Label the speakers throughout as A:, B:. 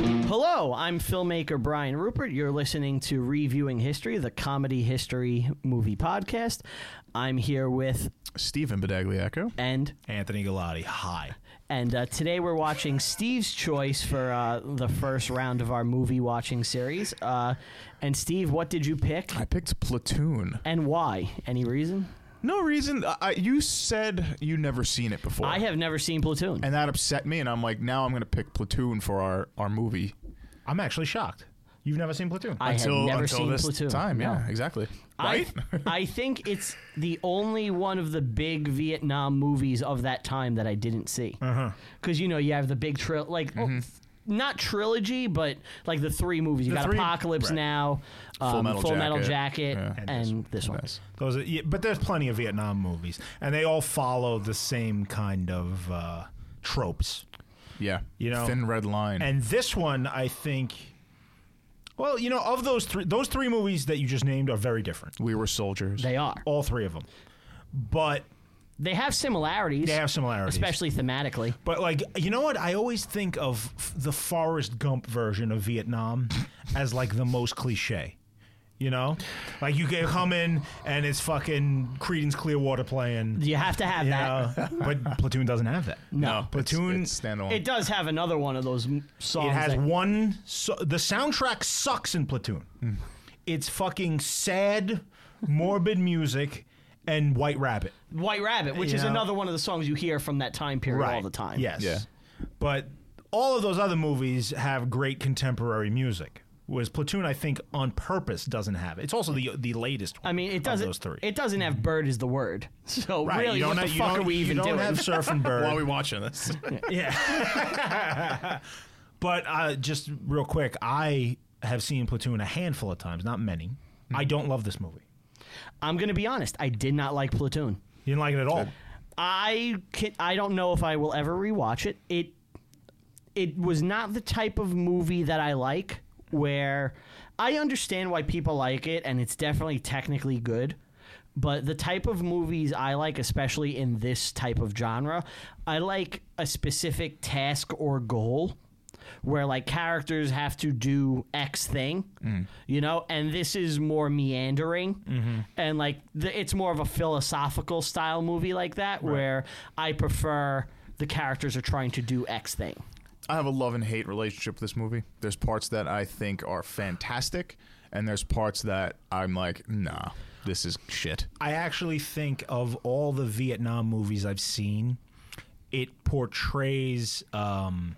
A: Hello, I'm filmmaker Brian Rupert. You're listening to Reviewing History, the comedy history movie podcast. I'm here with
B: Stephen Bedagliaco.
A: and
C: Anthony Galati. Hi.
A: and uh, today we're watching Steve's choice for uh, the first round of our movie watching series. Uh, and Steve, what did you pick
B: I picked Platoon.
A: and why? Any reason?
B: No reason. I, I- you said you never seen it before.
A: I have never seen Platoon.
B: And that upset me, and I'm like, now I'm going to pick Platoon for our, our movie.
C: I'm actually shocked. You've never seen Platoon.
A: I have
B: until
A: never
B: until
A: seen
B: this
A: Platoon.
B: time.
A: No.
B: Yeah, exactly.
A: I,
B: Right?
A: I think it's the only one of the big Vietnam movies of that time that I didn't see.
C: Uh-huh.
A: Because, you know, you have the big trill, like, oh, not trilogy, but like the three movies. You
C: Mm-hmm.
A: got
C: The three-
A: Apocalypse
C: right.
A: Now, um, Full Metal
B: Metal
A: Jacket,
B: Jacket,
A: and,
B: yeah.
A: this one.
B: Nice.
C: Those are, yeah, but there's plenty of Vietnam movies, and they all follow the same kind of uh, tropes.
B: Yeah.
C: You know,
B: Thin Red
A: Hmm.
B: Line.
C: And this one, I think, well, you know, of those three, those three movies that you just named are very different.
B: we were soldiers.
A: They are.
C: All three of them, but
A: They have similarities.
C: they have similarities.
A: Especially thematically.
C: But like, you know what? I always think of f- the Forrest Gump version of Vietnam as like the most cliche. You know, like you can come in and it's fucking Creedence Clearwater playing.
A: You have to have
C: You
A: that.
C: know? but Platoon doesn't have that.
A: No.
C: Platoon.
B: It's, it's standalone.
A: It does have another one of those m- songs.
C: it has
A: that-
C: one. So, the soundtrack sucks in Platoon.
A: Mm.
C: It's fucking sad, morbid music and White Rabbit.
A: White Rabbit, which is
C: Yeah.
A: another one of the songs you hear from that time period all the time.
C: Yes.
B: Yeah.
C: But all of those other movies have great contemporary music. Whereas Platoon, I think, on purpose doesn't have it. It's also the the latest. One
A: I mean, it
C: Of
A: doesn't.
C: those three.
A: It doesn't have bird is the word. So
C: right.
A: really,
C: you don't
A: what
C: have,
A: the
C: you
A: fuck
C: don't-
A: are we even
C: you don't
A: doing?
C: have Surf and Bird.
B: Why are we watching this?
C: yeah. but uh, just real quick, I have seen Platoon a handful of times, not many. I don't love this movie.
A: I'm gonna be honest. I did not like Platoon.
C: You didn't like it at all.
A: I can, I don't know if I will ever rewatch it. It it was not the type of movie that I like. Where I understand why people like it, and it's definitely technically good. But the type of movies I like, especially in this type of genre, I like a specific task or goal where like characters have to do X thing, you know, and this is more meandering and like the, it's more of a philosophical style movie like that where I prefer the characters are trying to do X thing.
B: I have a love and hate relationship with this movie. There's parts that I think are fantastic, and there's parts that I'm like, nah, this is shit.
C: I actually think of all the Vietnam movies I've seen, it portrays um,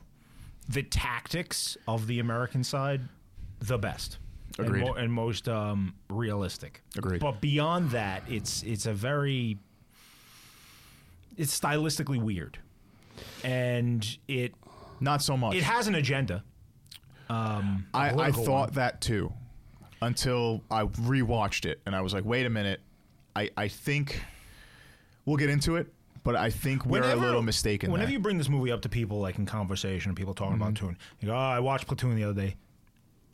C: the tactics of the American side the best. and
B: Agreed.
C: mo- And, most um, realistic.
B: Agreed.
C: But beyond that, it's it's a very it's stylistically weird, and it
B: Not so much.
C: it has an agenda. Um, a
B: I, I
C: political
B: thought
C: one.
B: that too until I rewatched it and I was like, wait a minute. I, I think we'll get into it, but I think we're a little mistaken.
C: Whenever
B: there.
C: you bring this movie up to people, like in conversation, and people talking about Platoon, you go, "Oh, I watched Platoon the other day."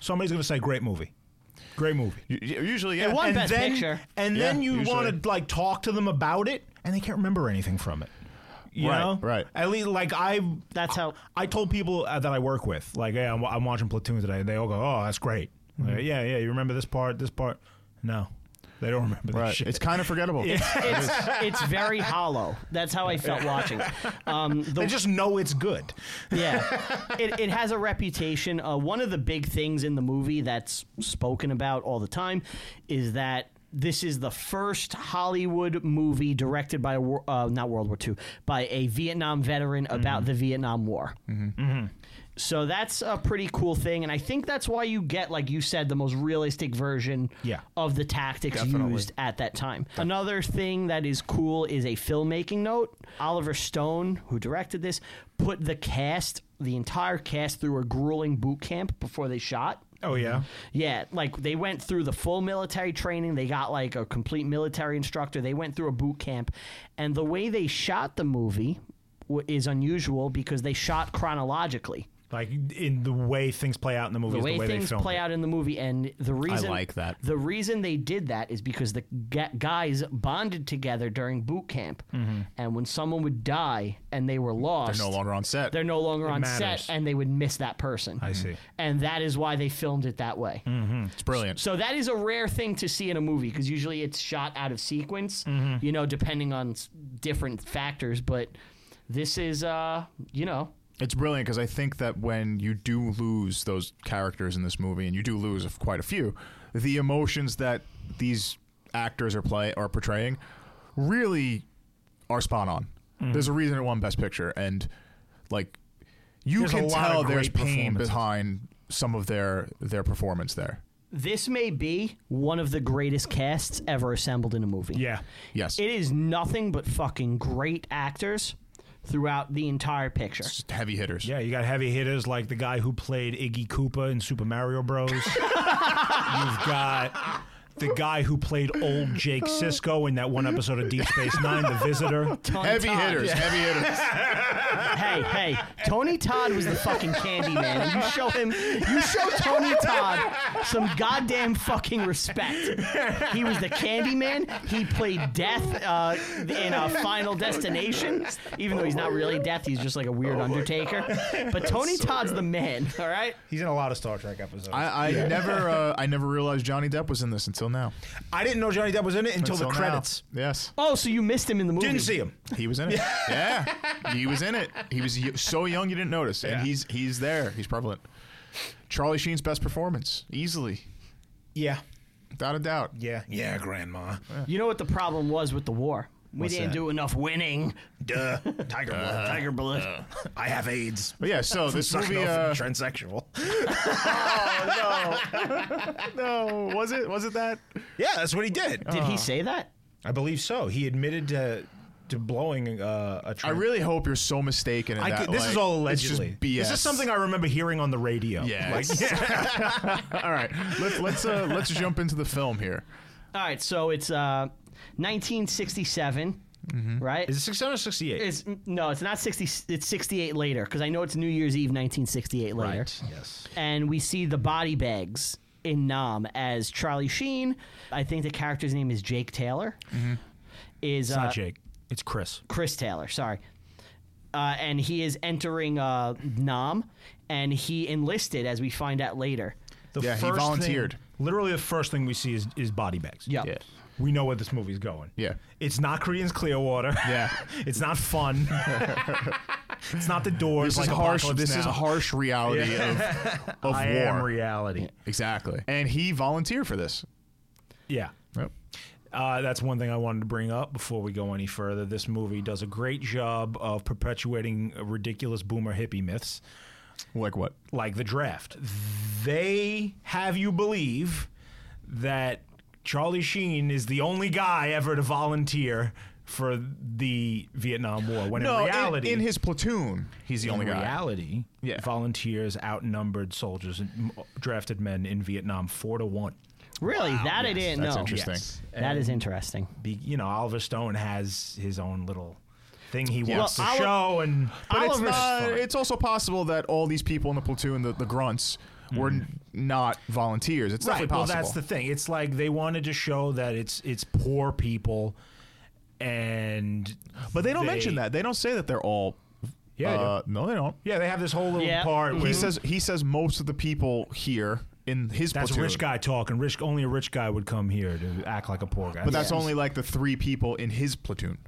C: Somebody's going to say, "Great movie, great movie."
B: U- u- usually, yeah.
A: won
B: And-
A: Best
C: then,
A: Picture.
C: and
B: Yeah,
C: then you
B: usually.
C: want to like talk to them about it, and they can't remember anything from it. You
B: Right,
C: know,
B: right.
C: At least, like I,
A: That's how-
C: I told people uh, that I work with, like, "Hey, I'm, I'm watching Platoon today." They all go, "Oh, that's great." Like, yeah, yeah. You remember this part? This part? No, they don't remember. This
B: right.
C: shit.
B: It's kind of forgettable.
A: it's, it's very hollow. That's how I felt watching. it. Um,
C: they
A: the,
C: just know it's good.
A: yeah, it, it has a reputation. Uh, one of the big things in the movie that's spoken about all the time is that this is the first Hollywood movie directed by a wor- uh, not World War II by a Vietnam veteran about the Vietnam War. So that's a pretty cool thing, and I think that's why you get, like you said, the most realistic version
C: Yeah.
A: of the tactics
B: Definitely.
A: used at that time. Another thing that is cool is a filmmaking note. Oliver Stone, who directed this, put the cast, the entire cast, through a grueling boot camp before they shot.
C: Oh yeah.
A: Yeah, like they went through the full military training. They got like a complete military instructor. They went through a boot camp. And the way they shot the movie w- is unusual because they shot chronologically.
C: like in the way things play out in the movie,
A: the
C: is
A: way,
C: the way
A: things
C: they film
A: play out in the movie and the reason
B: like that.
A: the reason they did that is because the ga- guys bonded together during boot camp and when someone would die and they were lost
B: They're no longer on set.
A: they're no longer on
C: matters.
A: set and they would miss that person
C: I see.
A: and that is why they filmed it that way
B: It's brilliant.
A: so that is a rare thing to see in a movie because usually it's shot out of sequence you know depending on s- different factors but this is uh you know
B: It's brilliant because I think that when you do lose those characters in this movie, and you do lose of quite a few, the emotions that these actors are play are portraying really are spot on.
C: Mm-hmm.
B: There's a reason it won Best Picture, and like you
C: There's a
B: can
C: lot of
B: tell
C: great
B: there's pain
C: performances.
B: behind some of their their performance there.
A: this may be one of the greatest casts ever assembled in a movie
C: Yeah.
B: Yes,
A: It is nothing but fucking great actors throughout the entire picture.
B: Just heavy hitters.
C: Yeah, you got heavy hitters like the guy who played Iggy Koopa in Super Mario Bros. You've got the guy who played old Jake Sisko in that one episode of Deep Space Nine, The Visitor.
A: Tony
B: Heavy
A: Todd.
B: hitters, heavy hitters.
A: Hey, hey, Tony Todd was the fucking candy man. You show him, you show Tony Todd some goddamn fucking respect. He was the candy man. He played Death uh, in uh, Final Destination, even though he's not really Death. He's just like a weird Undertaker. But Tony Todd's the man. All right.
C: He's in a lot of Star Trek episodes.
B: I, I never, uh, I never realized Johnny Depp was in this until now.
C: I didn't know Johnny Depp was in it until,
B: Until
C: the
B: now.
C: credits.
B: Yes.
A: Oh, so you missed him in the movie?
C: Didn't see him.
B: He was in it. yeah, he was in it. He was y- so young you didn't notice,
C: Yeah.
B: and he's he's there. He's prevalent. Charlie Sheen's best performance, easily,
C: Yeah.
B: without a doubt.
C: Yeah. Yeah, Grandma.
A: You know what the problem was with the war? We
C: What's
A: didn't
C: that?
A: do enough winning.
C: Duh. Tiger blood.
A: Tiger Blood.
C: Uh, I have AIDS.
B: But yeah, so this
C: Sucking
B: movie.
C: off
B: Uh,
C: from transsexual.
B: no, was it? Was it that?
C: Yeah, that's what he did.
A: Did he say that?
C: I believe so. He admitted to to blowing uh, a.
B: I
C: Trans-
B: really hope you're so mistaken. In
C: I
B: that,
C: could- this
B: like,
C: is all
B: it's just
C: allegedly.
B: BS.
C: This is something I remember hearing on the radio.
B: Yes.
C: Like, yeah.
B: all right, let's let's uh, let's jump into the film here.
A: All right, so it's uh, 1967, right?
C: Mm-hmm. Is it 668?
A: it's no, it's not 60. It's 68 later because I know it's New Year's Eve, 1968 later,
C: Yes.
A: and we see the body bags in Nam as Charlie Sheen. I think the character's name is Jake Taylor. Is
C: Mm-hmm. It's
A: uh,
C: not Jake. It's Chris.
A: Chris Taylor, sorry. Uh, and he is entering uh, Nam, and he enlisted, as we find out later.
C: The
B: Yeah, he volunteered.
C: Thing, literally, the first thing we see is, is body bags.
A: Yep.
B: Yeah.
C: We know where this movie's going.
B: Yeah.
C: It's not Korean's Clearwater.
B: Yeah.
C: it's not fun. it's not the doors.
B: This
C: like
B: is harsh.
C: Apocalypse
B: This is
C: Now.
B: harsh reality of of
C: I
B: war.
C: am reality.
B: exactly. And he volunteered for this.
C: Yeah.
B: Yep.
C: Uh, that's one thing I wanted to bring up before we go any further. This movie does a great job of perpetuating ridiculous boomer hippie myths.
B: Like what?
C: like the draft. They have you believe that Charlie Sheen is the only guy ever to volunteer for the Vietnam War. When
B: No,
C: in
B: in-
C: reality,
B: in, his platoon, he's the only
C: in
B: guy.
C: reality,
B: Yeah.
C: volunteers outnumbered soldiers and m- drafted men in Vietnam four to one.
A: Really? that I didn't
B: that's
A: know.
B: interesting.
C: Yes.
A: That is interesting.
C: Be, you know, Oliver Stone has his own little thing he wants
A: Well,
C: to
A: Oli-
C: show, and
B: But it's,
A: Oliver's
B: not-
C: fine.
B: it's also possible that all these people in the platoon, the, the grunts, were n- not volunteers. It's
C: Hmm. Right.
B: definitely
C: Well,
B: possible.
C: that's the thing. It's like they wanted to show that it's it's poor people, and
B: but they don't mention that. They don't say that they're all.
C: Yeah, they
B: uh, no, they don't.
C: Yeah, they have this whole little
A: Yeah.
C: part.
B: He
C: where
B: says he says most of the people here in his
C: that's
B: platoon.
C: rich guy talk, and rich only a rich guy would come here to act like a poor guy.
B: But that's
A: Yeah.
B: only like the three people in his platoon.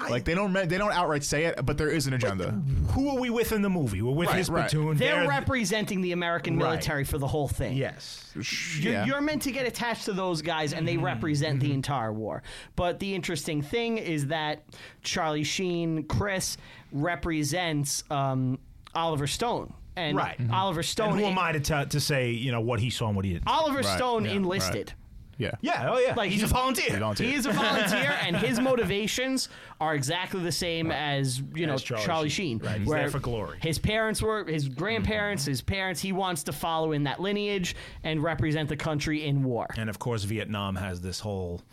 C: I-
B: like they don't me- they don't outright say it, but there is an agenda.
C: who are we with in the movie? We're with
B: Right,
C: his
B: right.
C: platoon.
A: They're representing the American
C: Right.
A: military for the whole thing.
C: yes.
A: You're,
B: Yeah.
A: you're meant to get attached to those guys, and they
C: Mm-hmm.
A: represent the entire war. But the interesting thing is that Charlie Sheen, Chris, represents um, Oliver Stone. And
C: Right. Mhm.
A: Oliver Stone.
C: And who am I to tell to say you know what he saw and what he didn't?
A: Oliver Stone
B: yeah,
A: enlisted.
B: yeah.
C: yeah. Oh yeah.
A: Like,
C: he's a
A: he-
C: volunteer.
B: They volunteer.
A: He is a volunteer, and his motivations are exactly the same as you know
C: As
A: Charlie,
C: Charlie
A: Sheen.
C: Sheen. Right, he's
A: where
C: there for glory.
A: His parents were his grandparents, his parents. He wants to follow in that lineage and represent the country in war.
C: And of course, Vietnam has this whole uh,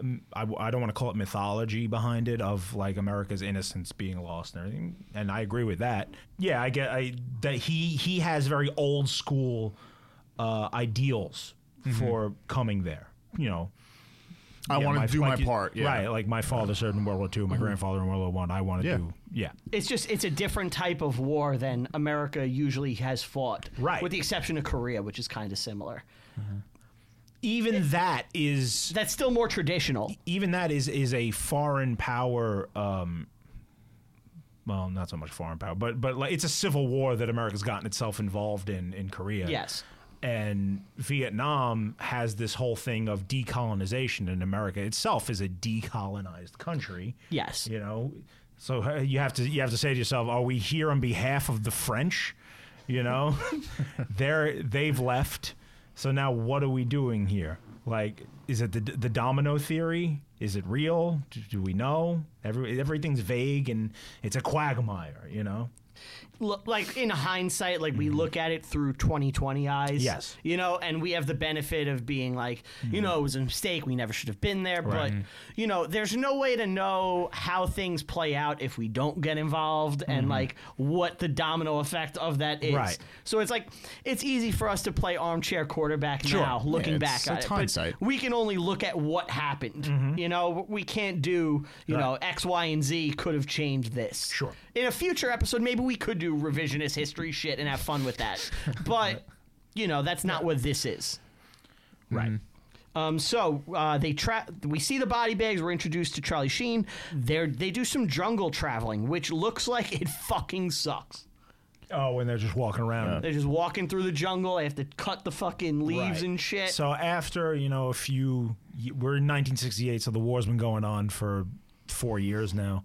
C: um, I, w- I don't want to call it mythology behind it of like America's innocence being lost and everything. And I agree with that. Yeah, I get I, that he he has very old school uh, ideals for coming there. You know,
B: Mm-hmm. I
C: yeah,
B: want
C: my-
B: to do
C: like
B: my
C: you-
B: part. Yeah. Mm-hmm.
C: Right, like my father served in World War II, my grandfather in World War One. I, want to
B: Yeah.
C: do. Yeah,
A: It's just it's a different type of war than America usually has fought,
C: Right.
A: With the exception of Korea, which is kind of similar.
C: even that is
A: That's still more traditional.
C: even that is is a foreign power. Um, well, not so much foreign power, but but like it's a civil war that America's gotten itself involved in in Korea.
A: Yes.
C: and Vietnam has this whole thing of decolonization, and America itself is a decolonized country.
A: Yes.
C: you know, so uh, you have to you have to say to yourself, are we here on behalf of the French? You know, they're they've left, so now what are we doing here? Like, is it the the domino theory? Is it real? Do, do we know? Every, everything's vague and it's a quagmire. You know.
A: Look, like in hindsight, like we look at it through 2020 eyes.
C: Yes.
A: You know, and we have the benefit of being like, you know, it was a mistake. We never should have been there. But, you know, there's no way to know how things play out if we don't get involved and, like, what the domino effect of that is.
C: Right.
A: So it's like, it's easy for us to play armchair quarterback now, looking back
B: it's-
A: at
B: it's
A: it. But
B: hindsight.
A: we can only look at what happened.
C: Mm-hmm.
A: You know, we can't do, you know, X, Y, and Z could have changed this.
C: Sure.
A: In a future episode, maybe we could do revisionist history shit and have fun with that. But, you know, that's not what this is.
C: Right.
A: Um, so uh, they tra- we see the body bags. We're introduced to Charlie Sheen. They they do some jungle traveling, which looks like it fucking sucks.
C: Oh, and they're just walking around.
A: They're just walking through the jungle. They have to cut the fucking leaves
C: Right.
A: and shit.
C: So after you know a few, we're in 1968, so the war's been going on for four years now,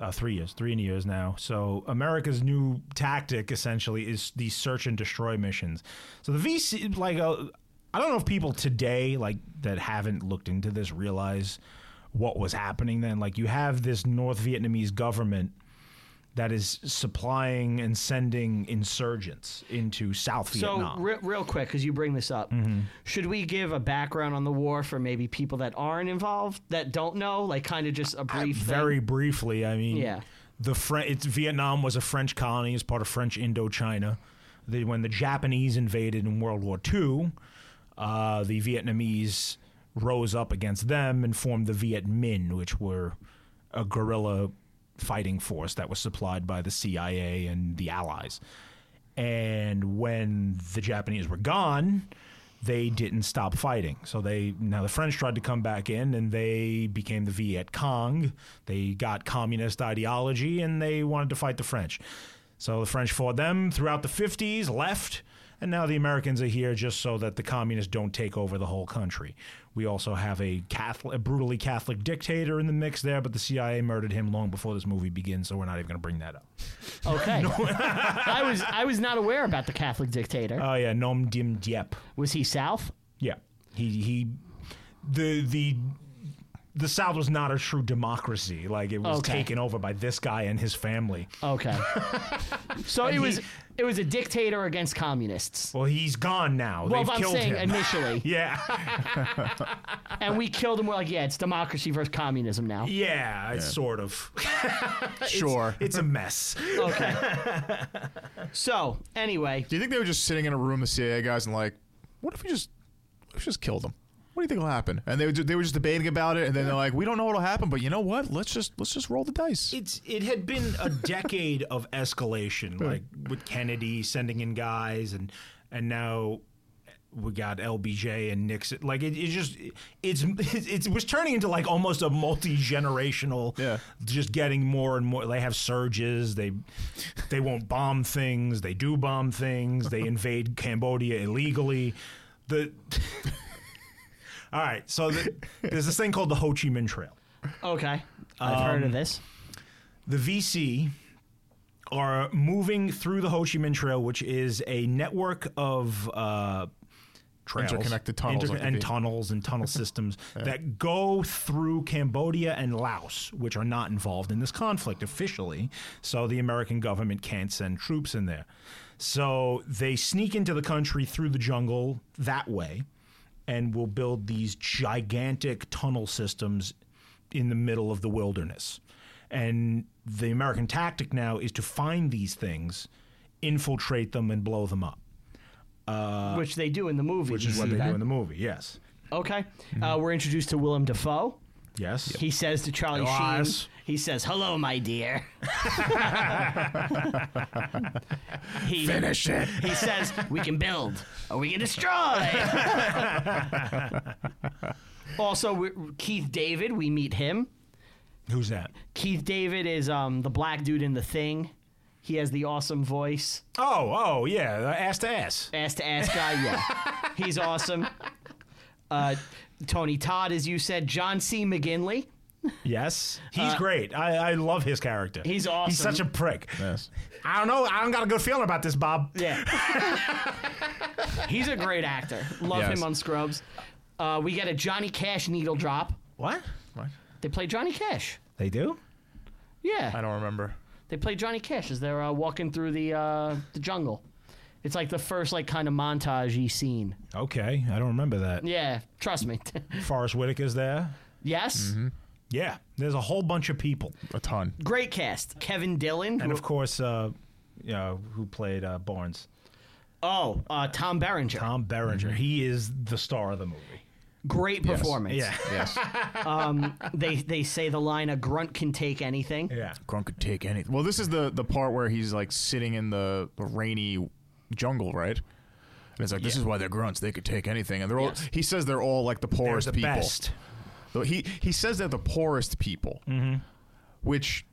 C: uh, three years, three and a years now. So America's new tactic essentially is these search and destroy missions. So the VC, like, uh, I don't know if people today like that haven't looked into this realize what was happening then. Like you have this North Vietnamese government that is supplying and sending insurgents into South
A: So
C: Vietnam. Mm-hmm.
A: re- real quick, because you bring this up, should we give a background on the war for maybe people that aren't involved, that don't know, like kind of just a brief thing?
C: very briefly. I mean,
A: Yeah.
C: the French. It's, Vietnam was a French colony as part of French Indochina. The, when the Japanese invaded in World War II, uh, the Vietnamese rose up against them and formed the Viet Minh, which were a guerrilla fighting force that was supplied by the CIA and the Allies. And when the Japanese were gone, they didn't stop fighting. So they now the French tried to come back in and they became the Viet Cong. They got communist ideology and they wanted to fight the French. So the French fought them throughout the 50s, left, and now the Americans are here just so that the communists don't take over the whole country. We also have a Catholic, a brutally Catholic dictator in the mix there, but the CIA murdered him long before this movie begins, so we're not even going to bring that up.
A: okay. I was I was not aware about the Catholic dictator.
C: Oh yeah, Nom Dim Diep.
A: was he South?
C: Yeah, he he, the the. The South was not a true democracy. Like it was
A: Okay.
C: taken over by this guy and his family.
A: Okay. so it was it was a dictator against communists.
C: Well, he's gone now.
A: Well,
C: They've
A: I'm
C: killed
A: saying
C: him.
A: initially,
C: yeah,
A: and we killed him. We're like, yeah, it's democracy versus communism now.
C: yeah, it's sort of.
B: Sure.
C: It's a mess.
A: Okay. so anyway,
B: Do you think they were just sitting in a room, the CIA guys, and like, what if we just, what if we just kill them? What do you think will happen? And they were ju- they were just debating about it, and then they're like, we don't know what'll happen, but you know what? Let's just let's just roll the dice.
C: It's it had been a decade of escalation, like with Kennedy sending in guys, and and now we got LBJ and Nixon. Like it, it just it's it, was turning into like almost a multi generational.
B: Yeah.
C: just getting more and more. They have surges. They they won't bomb things. They do bomb things. They invade Cambodia illegally. The all right. So the, there's this thing called the Ho Chi Minh Trail
A: okay, I've
C: Um,
A: heard of this.
C: the VC are moving through the Ho Chi Minh Trail, which is a network of uh, trails,
B: Interconnected tunnels, like the
C: and
B: V.
C: tunnels and tunnel systems that go through Cambodia and Laos, which are not involved in this conflict officially. So the American government can't send troops in there. So they sneak into the country through the jungle that way and will build these gigantic tunnel systems in the middle of the wilderness. And the American tactic now is to find these things, infiltrate them, and blow them up,
A: which they do in the movie.
C: uh, which
A: you
C: is what
A: see
C: they
A: that?
C: do in the Mm-hmm. movie. Yes.
A: Okay, uh, we're introduced to Willem Dafoe.
C: Yes.
A: He says to Charlie
C: Yes.
A: Sheen, he says, "Hello, my dear." he,
B: Finish it.
A: He says, "We can build, or we can destroy." also, we Keith David. We meet him.
C: Who's that?
A: Keith David is um, the black dude in The Thing. He has the awesome voice.
C: Oh, oh, yeah. uh, Ass to ass.
A: Ass to ass guy, yeah. He's awesome. Uh, Tony Todd, as you said, John C. McGinley.
C: Yes. He's great. I, I love his character.
A: he's
C: Uh, He's
A: awesome.
C: such a prick.
B: Yes.
C: I don't know. I don't got a good feeling about this, Bob.
A: Yeah. He's a great actor. Love
B: Yes.
A: him on Scrubs. Uh, we get a Johnny Cash needle drop.
C: What?
A: They play Johnny Cash.
C: They do?
A: Yeah.
B: I don't remember.
A: They play Johnny Cash as they're uh, walking through the uh, the jungle. It's like the first like kind of montage scene.
C: Okay. I don't remember that.
A: Yeah, trust me.
C: Forrest Whitaker's there.
A: yes.
C: Mm-hmm. Yeah. There's a whole bunch of people.
B: A ton.
A: Great cast. Kevin Dillon.
C: And
A: who-
C: of course, uh, you know, who played uh, Barnes?
A: oh, uh, Tom Berenger.
C: Tom Berenger.
B: Mm-hmm.
C: He is the star of the movie.
A: Great performance.
C: Yeah.
B: Yes.
A: They they say the line a grunt can take anything.
C: Yeah.
B: Grunt could take anything. Well, this is the the part where he's like sitting in the, the rainy jungle, right? And it's like this is why they're grunts. They could take anything, and they're all.
A: Yes.
B: He says they're all like the
C: They're
B: poorest
C: the
B: people.
C: best.
B: Though He he says they're the poorest people, mm-hmm. which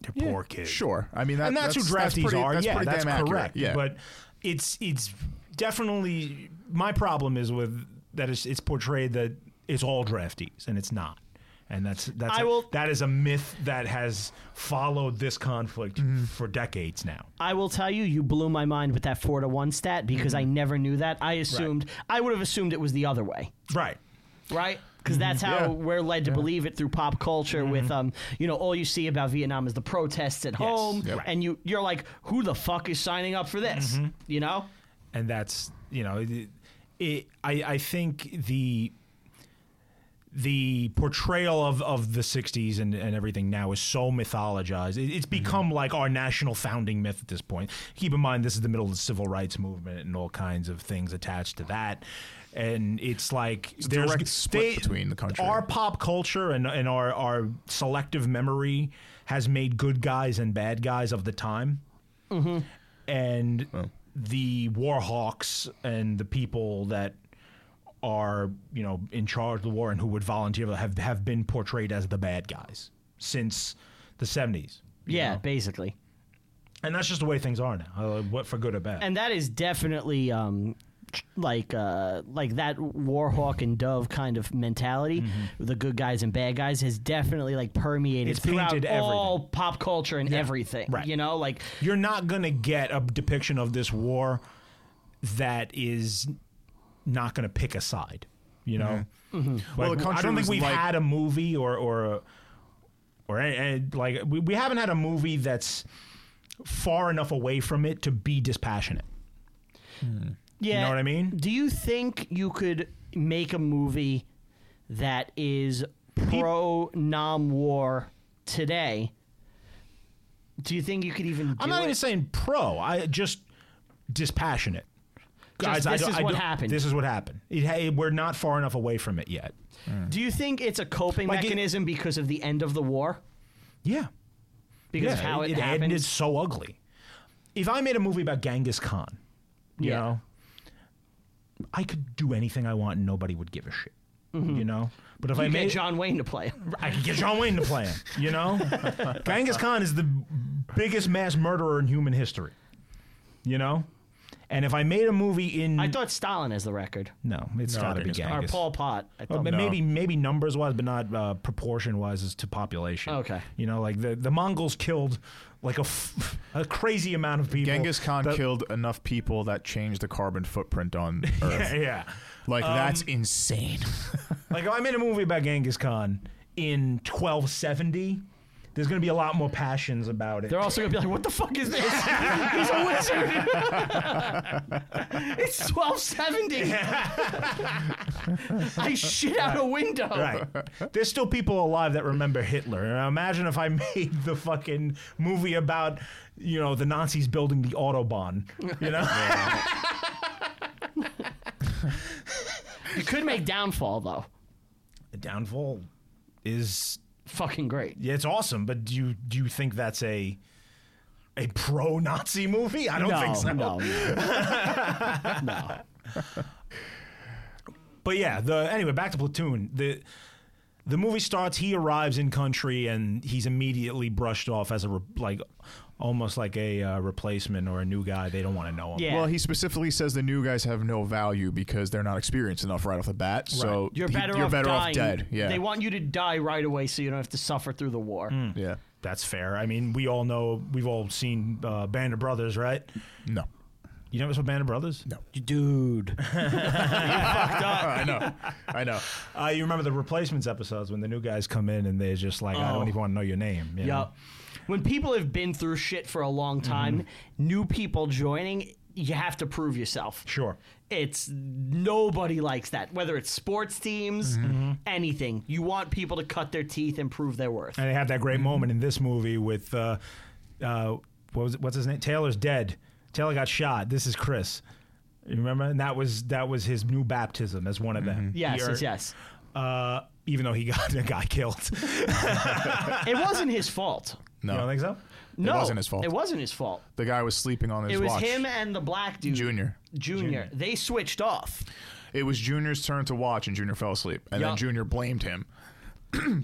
C: They're poor kids.
B: sure. I mean, that,
C: and that's, who
B: that's
C: draftees
B: pretty-
C: are.
B: That's
C: yeah,
B: pretty
C: that's
B: damn accurate.
C: correct.
B: Yeah,
C: But it's it's definitely my problem is with that it's, it's portrayed that it's all draftees and it's not. And that's that's
A: I
C: a-
A: will-
C: that is a myth that has followed this conflict
B: Mm-hmm.
C: for decades now.
A: I will tell you, you blew my mind with that four to one stat because
B: Mm-hmm.
A: I never knew that. I assumed I would have assumed it was the other way,
C: Right.
A: right? Because that's how
B: Mm-hmm. Yeah. Mm-hmm.
A: we're led to believe it through pop culture. With um, you know, all you see about Vietnam is the protests at home,
B: Yep. Mm-hmm.
A: and you you're like, who the fuck is signing up for this? You know,
C: and that's you know it, it, I, I think the the portrayal of, of the 60s and, and everything now is so mythologized it, it's
B: Mm-hmm.
C: become like our national founding myth at this point keep in mind this is the middle of the civil rights movement and all kinds of things attached to that and it's like
B: a direct split between the country.
C: our pop culture and, and our, our selective memory has made good guys and bad guys of the time and the war hawks and the people that are you know in charge of the war and who would volunteer have have been portrayed as the bad guys since the 70s
A: yeah, basically.
C: and that's just the way things are now uh, what for good or bad
A: and that is definitely um tr- like uh like that warhawk and dove kind of mentality the good guys and bad guys has definitely like permeated
C: Mm-hmm. It's
A: throughout
C: painted
A: all pop culture and everything
C: right.
A: you know like
C: you're not going to get a depiction of this war that is not going to pick a side you know
B: Mm-hmm.
A: Mm-hmm.
B: Well, the
C: Like, i
B: country
C: don't think
B: was
C: we've
B: like-
C: had a movie or or a, or a, a- like we, we haven't had a movie that's far enough away from it to be dispassionate
A: yeah
C: know what I mean?
A: do you think you could make a movie that is pro nom war today do you think you could even do
C: i'm not
A: it?
C: even saying pro i just dispassionate
A: Just, this
C: don't-
A: is what
C: don't-
A: happened.
C: This is what happened. It, hey, we're not far enough away from it yet.
A: do you think it's a coping
C: Like it-
A: mechanism because of the end of the war
C: Yeah.
A: because of how it, happened
C: ended so ugly. If I made a movie about Genghis Khan, you
A: Yeah.
C: know, I could do anything I want and nobody would give a shit. You know, but if I
A: Mm-hmm. you get
C: made
A: John Wayne to play.
C: I could get John Wayne to play him. You know, Genghis Khan is the biggest mass murderer in human history. You know, and if I made a movie in
A: I thought Stalin is the record,
C: no, it's
B: No, I
C: gotta
B: think
C: be
B: it's
A: or
B: not.
C: Genghis.
A: Paul Pot. I
C: Oh,
A: thought.
C: but
B: No.
C: Maybe maybe numbers wise, but not uh, proportion wise as to population.
A: Okay.
C: you know, like the, the Mongols killed like a, f- a crazy amount of people.
B: Genghis Khan
C: That-
B: killed enough people that changed the carbon footprint on Earth.
C: Yeah, Um, yeah.
B: Like that's insane.
C: like if I made a movie about Genghis Khan in 1270, There's going to be a lot more passions about it.
A: They're also gonna be like, "What the fuck is this? He's a wizard. it's twelve seventy. I shit out a window.
C: Right. There's still people alive that remember Hitler. And imagine if I made the fucking movie about, you know, the Nazis building the Autobahn. You know?
A: You could make downfall though.
C: the downfall is
A: Fucking great.
C: yeah, it's awesome, but do you do you think that's a a pro Nazi movie? I don't
A: no,
C: think so.
A: no, no, no.
C: But yeah, the anyway, back to Platoon. The the movie starts. He arrives in country, and he's immediately brushed off as a re- like almost like a uh, replacement or a new guy. They don't want to know him.
A: Yeah.
B: Well, he specifically says the new guys have no value because they're not experienced enough right off the bat. So
A: You're
B: he-
A: better,
B: you're
A: off,
B: better
A: dying.
B: off dead. Yeah.
A: They want you to die right away so you don't have to suffer through the war.
B: yeah.
C: That's fair. I mean, we all know we've all seen uh, Band of Brothers, right?
B: No.
C: You never saw Band of Brothers?
B: No.
A: Dude.
B: I know. I know.
C: Uh, you remember the replacements episodes when the new guys come in and they're just like, I
A: Oh.
C: don't even want to know your name. you know?
A: Yep. When people have been through shit for a long
B: Mm-hmm.
A: time, new people joining, you have to prove yourself.
C: Sure.
A: It's nobody likes that. Whether it's sports teams,
B: Mm-hmm.
A: anything, you want people to cut their teeth and prove their worth.
C: And they have that
B: Mm-hmm.
C: great moment in this movie with uh, uh, what was it, what's his name? Taylor's dead. Taylor got shot. This is Chris. You remember? And that was that was his new baptism as one of them.
B: Mm-hmm.
A: Yes,
C: He
A: yes,
C: earned-
A: yes.
C: Uh, even though he got a guy killed.
A: It wasn't his fault.
B: No.
C: You don't think so?
A: No,
B: wasn't his fault.
A: It wasn't his fault.
B: the guy was sleeping on his
A: it was
B: watch.
A: him and the black dude,
B: Junior.
A: Junior. They switched off.
B: It was Junior's turn to watch, and Junior fell asleep. And
A: Yeah.
B: then Junior blamed him.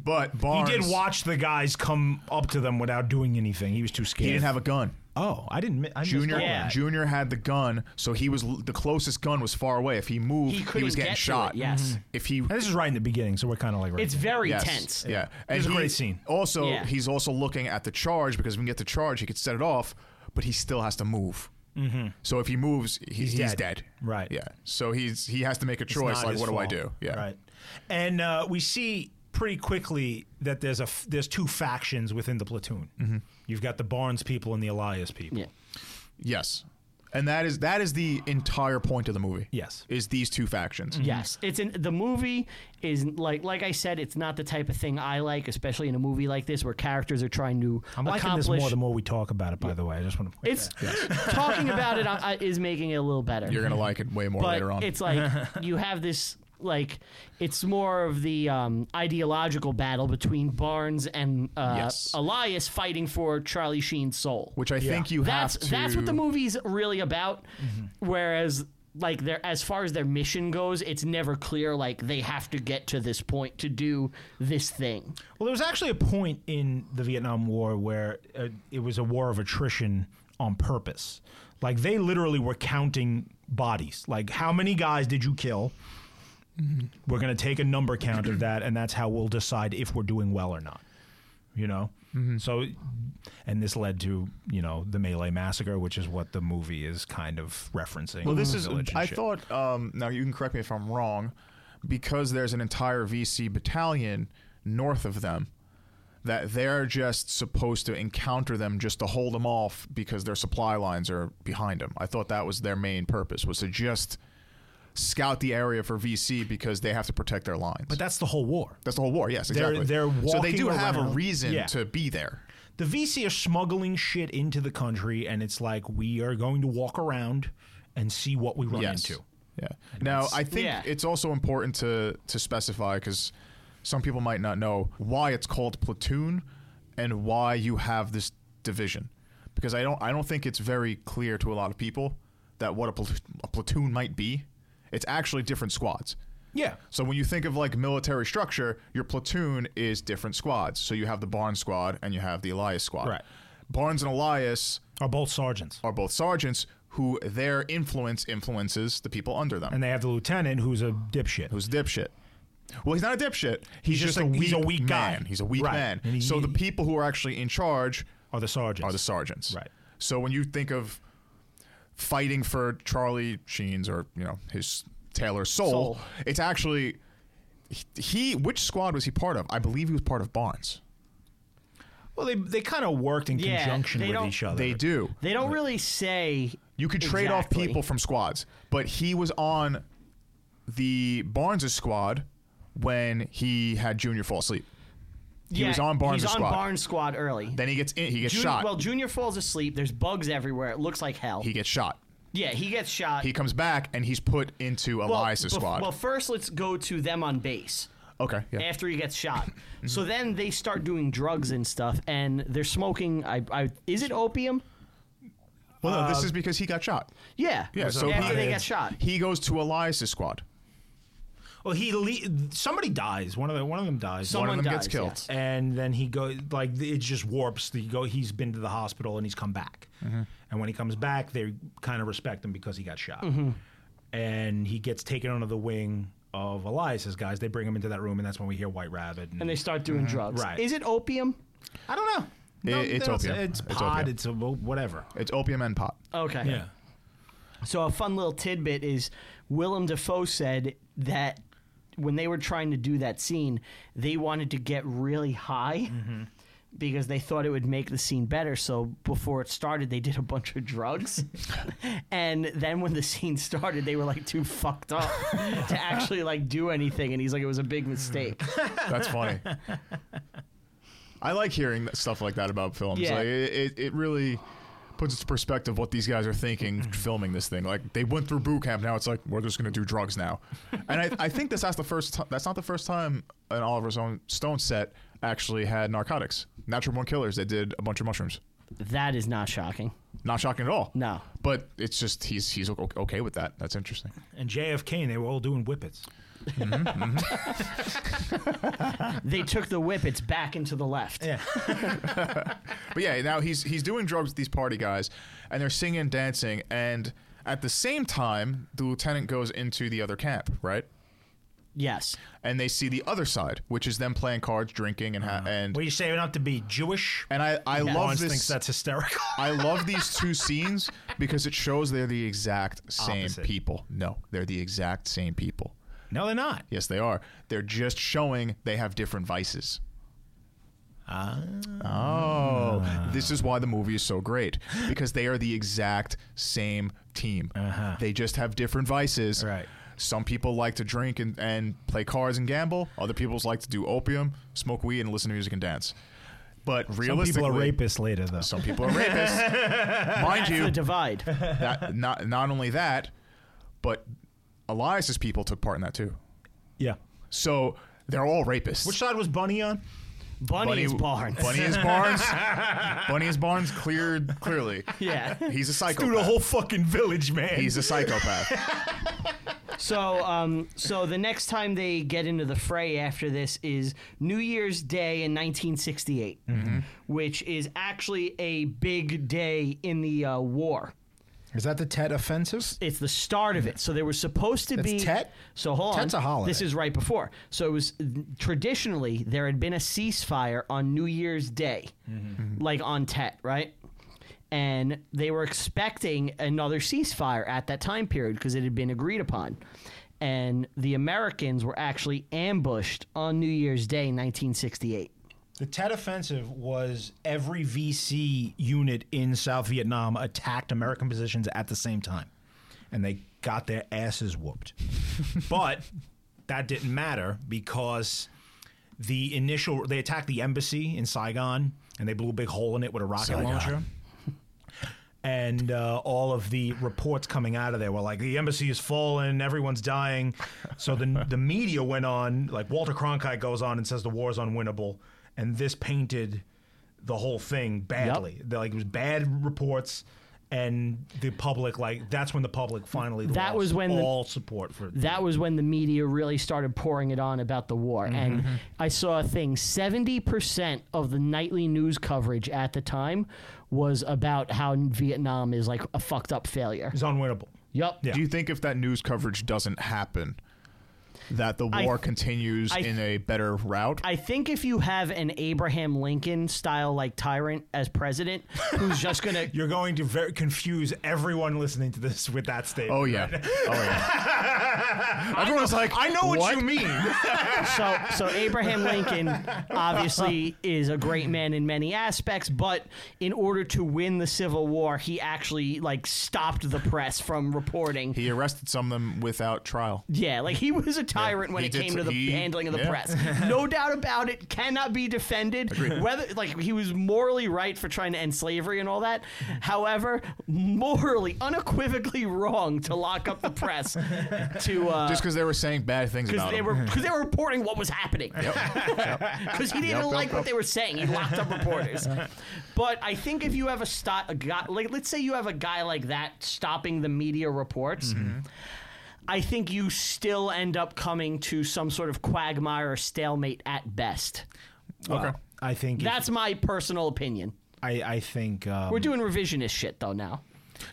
B: but
C: He
B: Barnes.
C: did watch the guys come up to them without doing anything. He was too scared.
B: He didn't have a gun.
C: Oh, I didn't. mi- I missed
B: Junior,
C: all that.
A: Yeah.
B: Junior had the gun, so he was l- the closest gun was far away. If he moved,
A: He
B: he,
A: couldn't
B: was getting
A: get to
B: shot. Mm-hmm.
A: it, yes. Mhm.
B: If he,
C: And this is right in the beginning, so we're kind of like right.
A: It's
C: there.
A: very
B: yes,
A: tense.
B: Yeah,
C: It was a
B: he-
C: great scene.
B: Also,
A: Yeah.
B: he's also looking at the charge because when we get the charge, he could set it off, but he still has to move. Mm-hmm. So if he moves, he- he's,
C: dead.
B: dead.
C: Right.
B: Yeah. So he's he has to make a
C: It's
B: choice.
C: not
B: Like,
C: his
B: what
C: fault.
B: do I do? Yeah.
C: Right. And uh, we see pretty quickly that there's a f- there's two factions within the platoon.
B: Mm-hmm.
C: You've got the Barnes people and the Elias people.
A: Yeah.
B: Yes. And that is that is the entire point of the movie.
C: Yes.
B: Is these two factions.
A: Yes, it's in the movie is like like I said, it's not the type of thing I like, especially in a movie like this where characters are trying to
C: I'm liking
A: accomplish.
C: this more the more we talk about it. By the way, I just want to.
A: it's talking about it I, I- is making it a little better.
B: You're gonna like it way more
A: but
B: later on.
A: it's like you have this like it's more of the um, ideological battle between Barnes and uh,
B: Yes.
A: Elias fighting for Charlie Sheen's soul.
B: which I think you
A: that's
B: have to.
A: that's what the movie's really about. Whereas like their as far as their mission goes, it's never clear like they have to get to this point to do this thing.
C: Well, there was actually a point in the Vietnam War where uh, it was a war of attrition on purpose. Like they literally were counting bodies. Like how many guys did you kill? We're going to take a number count of that, and that's how we'll decide if we're doing well or not. You know. So, and this led to you know the Malay massacre, which is what the movie is kind of referencing.
B: Well, this is.
C: Mm, Village and
B: I
C: shit.
B: thought. Um, now you can correct me if I'm wrong, because there's an entire VC battalion north of them that they're just supposed to encounter them just to hold them off because their supply lines are behind them. I thought that was their main purpose was to just scout the area for VC because they have to protect their lines.
C: but that's the whole war.
B: that's the whole war. Yes,
C: They're-
B: exactly.
C: they're
B: so they
C: walking
B: do have a
C: around-
B: reason
C: Yeah.
B: to be there.
C: the VC are smuggling shit into the country, and it's like we are going to walk around and see what we run
B: yes.
C: into.
B: Yeah. Now, I think
A: Yeah.
B: it's also important to to specify because some people might not know why it's called platoon and why you have this division. Because I don't I don't think it's very clear to a lot of people that what a, pl- a platoon might be. It's actually different squads.
C: Yeah,
B: So when you think of like military structure, your platoon is different squads. So you have the Barnes squad and you have the Elias squad.
C: Right.
B: Barnes and Elias
C: are both sergeants,
B: are both sergeants who their influence influences the people under them.
C: and they have the lieutenant who's a dipshit.
B: who's a dipshit. Well, he's not a dipshit. He's,
C: just
B: just,
C: a-
B: a weak,
C: he's a weak guy.
B: man. He's a weak
C: Right.
B: man.
C: And he-
B: so the people who are actually in charge
C: are the sergeants?
B: are the sergeants.
C: Right.
B: So when you think of fighting for Charlie Sheen's or you know his Taylor's soul,
A: Soul.
B: it's actually he. Which squad was he part of? I believe he was part of Barnes.
C: Well, they they kind of worked in
A: Yeah,
C: conjunction
A: they
C: with
A: don't-
C: each other.
B: They do.
A: They don't really say.
B: You could trade
A: Exactly.
B: off people from squads, but he was on the Barnes' squad when he had Junior fall asleep. He
A: Yeah,
B: was on Barnes'
A: He's on
B: squad.
A: Barnes' squad early.
B: Then he gets in. He gets
A: Jun-
B: shot.
A: Well, Junior falls asleep. There's bugs everywhere. It looks like hell.
B: he gets shot.
A: yeah, he gets shot.
B: He comes back and he's put into
A: well,
B: Elias'
A: bef-
B: squad.
A: Well, first let's go to them on base
B: okay. Yeah.
A: after he gets shot.
B: Mm-hmm.
A: So then they start doing drugs and stuff, and they're smoking. I, I is it opium?
B: Well, no, this is because he got shot.
A: Yeah.
B: Yeah. So
A: uh, after
B: he,
A: they get shot.
B: he goes to Elias' squad.
C: Well, he le- somebody dies. One of the, one of them dies.
A: Someone
B: One of them
A: dies,
B: gets killed.
A: yes.
C: and then he go like it just warps. He go. He's been to the hospital and he's come back.
A: Mm-hmm.
C: And when he comes back, they kind of respect him because he got shot.
A: Mm-hmm.
C: And he gets taken under the wing of Elias's guys. They bring him into that room, and that's when we hear White Rabbit.
A: And they start doing drugs.
C: Mm-hmm. Right.
A: Is it opium?
C: I don't know. No,
B: It- it's
C: that's-
B: opium.
C: It's
B: It's
C: pod.
B: opium.
C: It's, a, whatever.
B: It's opium and pot.
A: Okay.
C: Yeah.
A: So a fun little tidbit is Willem Dafoe said that when they were trying to do that scene, they wanted to get really high
C: Mm-hmm.
A: because they thought it would make the scene better. So before it started, they did a bunch of drugs, and then when the scene started, they were like too fucked up to actually like do anything. And he's like, it was a big mistake.
B: That's funny. I like hearing that- stuff like that about films.
A: Yeah.
B: Like it, it, it really puts into perspective what these guys are thinking filming this thing. Like they went through boot camp. Now it's like we're just gonna do drugs now. and I, I think this that's the first. T- that's not the first time an Oliver Stone, Stone set actually had narcotics. Natural Born Killers. They did a bunch of mushrooms.
A: that is not shocking.
B: Not shocking at all.
A: No.
B: But it's just he's he's o- okay with that. That's interesting.
C: And JFK, and they were all doing whippets.
A: They took the whippets back into the left.
C: Yeah.
B: But yeah, now he's he's doing drugs with these party guys, and they're singing and dancing, and at the same time, the lieutenant goes into the other camp, right?
A: Yes.
B: And they see the other side, which is them playing cards, drinking, and ha- and
C: What are you saving up to be Jewish?
B: and I I love
C: Uh-huh. Lawrence thinks
B: this.
C: that's hysterical.
B: I love these two scenes because it shows they're the exact same
C: Opposite.
B: people. No, they're the exact same people.
C: No, they're not.
B: Yes, they are. They're just showing they have different vices.
C: Ah.
B: Oh, this is why the movie is so great because they are the exact same team. They just have different vices.
C: Uh-huh. Right.
B: Some people like to drink and, and play cards and gamble. Other people like to do opium, smoke weed, and listen to music and dance. But
C: Some
B: realistically,
C: people are rapists later, though.
B: Some people are rapists. Mind
A: The
B: you,
A: divide.
B: that, not not only that, but Elias's people took part in that too.
C: Yeah.
B: So they're all rapists.
C: Which side was Bunny on?
A: Bunny, is Barnes.
B: Bunny is Barnes. Bunny is Barnes. Cleared clearly.
A: Yeah.
B: He's a psychopath.
C: Through the whole fucking village, man.
B: He's a psychopath.
A: So, um, so the next time they get into the fray after this is New Year's Day in 1968, which is actually a big day in the uh, war.
D: Is that the Tet offensive?
A: It's the start of it. So there was supposed to
D: That's
A: be
D: Tet?
A: So hold
D: Tet's
A: on,
D: a holiday.
A: this is right before. So it was traditionally there had been a ceasefire on New Year's Day,
D: Mm-hmm.
A: like on Tet, right? And they were expecting another ceasefire at that time period because it had been agreed upon. And the Americans were actually ambushed on New Year's Day, 1968.
C: the Tet Offensive was every VC unit in South Vietnam attacked American positions at the same time. And they got their asses whooped. but that didn't matter because the initial, they attacked the embassy in Saigon and they blew a big hole in it with a rocket
B: Saigon.
C: launcher. and uh, all of the reports coming out of there were like the embassy is fallen, everyone's dying. So the the media went on, like Walter Cronkite goes on and says the war is unwinnable, and this painted the whole thing badly. The- Like it was bad reports. And the public, like that's when the public finally
A: That
C: lost
A: was when the-
C: all support for
A: that was when the media really started pouring it on about the war.
C: Mm-hmm,
A: And I saw a thing 70% of the nightly news coverage at the time was about how Vietnam is like a fucked up failure.
C: is unwinnable.
A: Yup.
C: Yeah.
B: Do you think if that news coverage doesn't happen, that the
A: I-
B: war continues
A: I-
B: in a better route.
A: I think if you have an Abraham Lincoln style like tyrant as president, who's just gonna
C: You're going to ver- confuse everyone listening to this with that statement.
B: oh yeah, oh yeah. Everyone's like,
C: I know what,
B: what?
C: you mean.
A: so so Abraham Lincoln obviously is a great man in many aspects, but in order to win the Civil War, he actually like stopped the press from reporting.
B: He arrested some of them without trial.
A: yeah, like he was a tyrant
B: Yeah,
A: when
B: he
A: it
B: did
A: came
B: so-
A: to the
B: he-
A: handling of the
B: yeah.
A: press. No doubt about it, cannot be defended. Whether like he was morally right for trying to end slavery and all that, however, morally unequivocally wrong to lock up the press to uh,
B: Just because they were saying bad things
A: because
B: about
A: they
B: him.
A: were because they were reporting what was happening. Because he didn't
B: Yep, yep,
A: like
B: yep.
A: what they were saying, he locked up reporters. but I think if you have a stop, a guy like let's say you have a guy like that stopping the media reports.
B: Mm-hmm.
A: I think you still end up coming to some sort of quagmire or stalemate at best.
C: Well, I think if-
A: That's my personal opinion.
C: I, I think um,
B: Mm-hmm.
A: We're doing revisionist shit though now.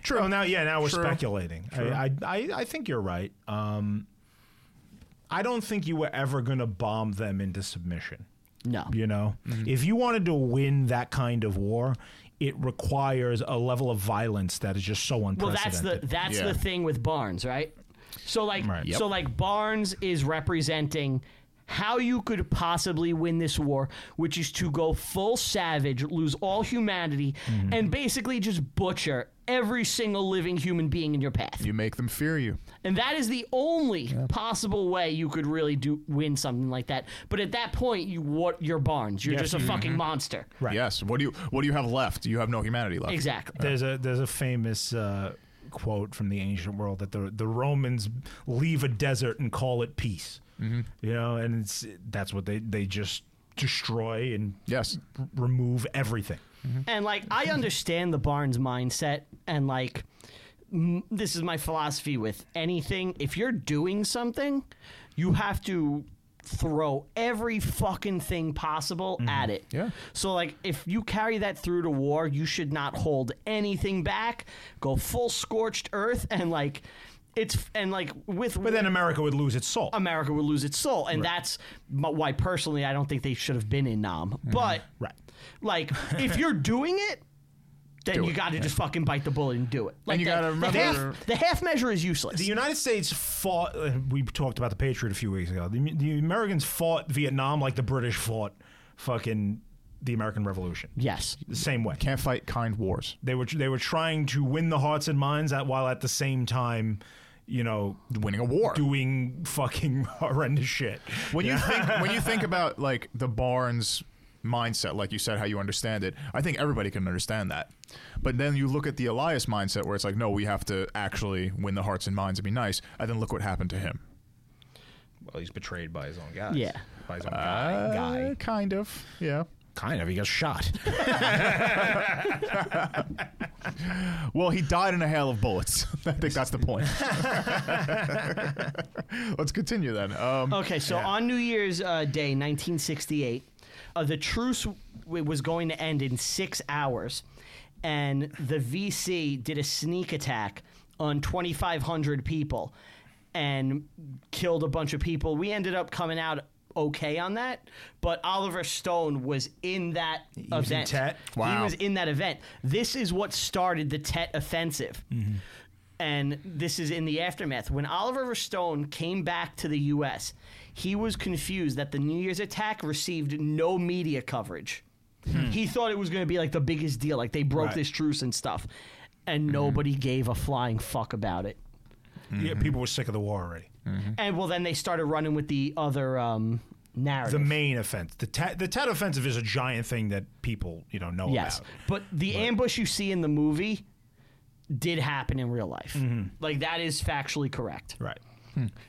C: true. Oh, now, yeah, now we're
B: True.
C: speculating. I, I, I, I think you're right. Um, I don't think you were ever going to bomb them into submission.
A: No.
C: You know, if you wanted to win that kind of war, it requires a level of violence that is just so
A: Well,
C: unprecedented.
A: that's the that's
B: Yeah.
A: the thing with Barnes, right? So like
C: Right.
A: so like Barnes is representing how you could possibly win this war, which is to go full savage, lose all humanity,
C: Mm-hmm.
A: and basically just butcher every single living human being in your path.
B: you make them fear you.
A: And that is the only possible way you could really do win something like that. But at that point, you what you're Barnes. You're
C: Mm-hmm.
A: just a fucking monster.
C: Right.
B: Yes. What do you What do you have left? You have no humanity left.
A: Exactly.
C: There's a there's a famous uh, quote from the ancient world that the the Romans leave a desert and call it peace. Mm-hmm. You know, and it's that's what they they just destroy and
B: Yes.
C: r- remove everything.
A: And like I understand the Barnes mindset and like m- this is my philosophy with anything. If you're doing something, you have to throw every fucking thing possible at it.
B: Yeah.
A: So like if you carry that through to war, you should not hold anything back. Go full scorched earth and like it's and like with
C: But then America would lose its soul.
A: America would lose its soul, and that's m- why personally I don't think they should have been in Nam.
B: Mm-hmm.
A: But
C: Right.
A: like, if you're doing it, then
B: Do
A: you
B: it.
A: got to just fucking bite the bullet and do it. Like
B: you
A: the-
B: gotta
A: the
B: remember-
A: half- the half measure is useless.
C: The United States fought. uh, We talked about the Patriot a few weeks ago. The, the Americans fought Vietnam like the British fought fucking the American Revolution.
A: yes,
C: The same way.
B: Can't fight kind wars.
C: They were they were trying to win the hearts and minds at, while at the same time, you know,
B: Winning a war.
C: doing fucking horrendous shit.
B: when you think when you think about like the Barnes mindset, like you said, how you understand it, I think everybody can understand that. But then you look at the Elias mindset, where it's like, no, we have to actually win the hearts and minds and be nice. And then look what happened to him.
C: Well, he's betrayed by his own guys.
A: Yeah.
C: by his own guy.
B: Uh, kind of. Yeah.
C: Kind of. He got shot.
B: Well, he died in a hail of bullets. I think that's the point. Let's continue then. Um,
A: Okay, so on New Year's uh, Day, 1968, uh, the truce w- was going to end in six hours, and the VC did a sneak attack on 2,500 people and killed a bunch of people. We ended up coming out okay on that, but Oliver Stone was in that
C: was in
A: event.
C: Tet?
B: Wow.
A: He was in that event. This is what started the Tet offensive
C: Mm-hmm.
A: and this is in the aftermath. When Oliver Stone came back to the U.S., he was confused that the New Year's attack received no media coverage. He thought it was going to be like the biggest deal, like they broke
C: Hmm. Right. Mm-hmm.
A: this truce and stuff, and nobody gave a flying fuck about it.
C: yeah, people were sick of the war already.
A: And well, then they started running with the other um, narrative.
C: The main offense, the Tet, the Tet offensive, is a giant thing that people you know know
A: Yes,
C: about.
A: but the ambush you see in the movie did happen in real life. Like that is factually correct.
C: Right.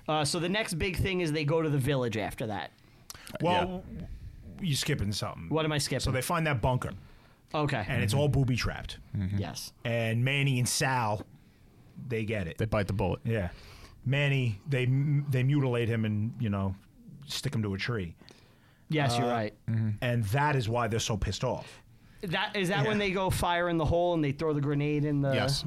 A: Uh, so the next big thing is they go to the village after that.
C: Well, you skipping something.
A: What am I skipping?
C: So they find that bunker, and
A: Okay.
C: it's all booby trapped.
A: Mm-hmm. yes.
C: And Manny and Sal, they get it.
B: they bite the bullet.
C: Yeah, Manny, they they mutilate him and you know stick him to a tree,
A: Yes, you're right.
C: and that is why they're so pissed off.
A: That is that when they go fire in the hole and they throw the grenade in the.
B: Yes.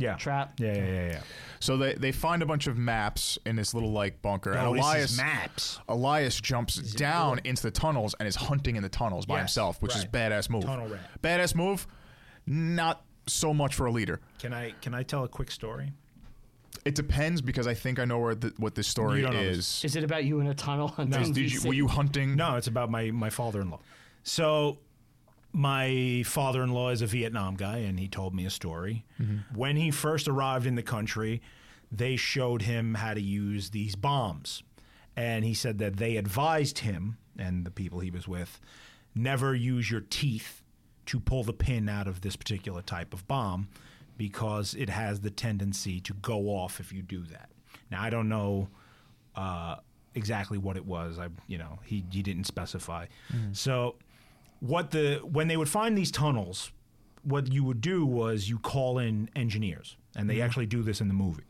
C: Yeah.
A: Trap.
C: Yeah, yeah, yeah, yeah.
B: So they, they find a bunch of maps in this little like bunker, and
C: Oh, this is
B: Elias
C: maps.
B: Elias jumps down into the tunnels and is hunting in the tunnels by
C: Yes,
B: himself, which is
C: right.
B: badass move.
C: Tunnel rat.
B: Badass move, not so much for a leader.
C: Can I can I tell a quick story?
B: It depends because I think I know where the, what this story
C: You don't know
B: is.
A: Is it about you in a tunnel hunting?
B: Did you,
A: DC?
B: were you hunting?
C: No, it's about my my father-in-law. So my father-in-law is a Vietnam guy and he told me a story. When he first arrived in the country, they showed him how to use these bombs. And he said that they advised him and the people he was with never use your teeth to pull the pin out of this particular type of bomb because it has the tendency to go off if you do that. Now I don't know uh, exactly what it was. I, you know, he he didn't specify. So, what the when they would find these tunnels, what you would do was you call in engineers, and they
B: Mm-hmm.
C: actually do this in the movie.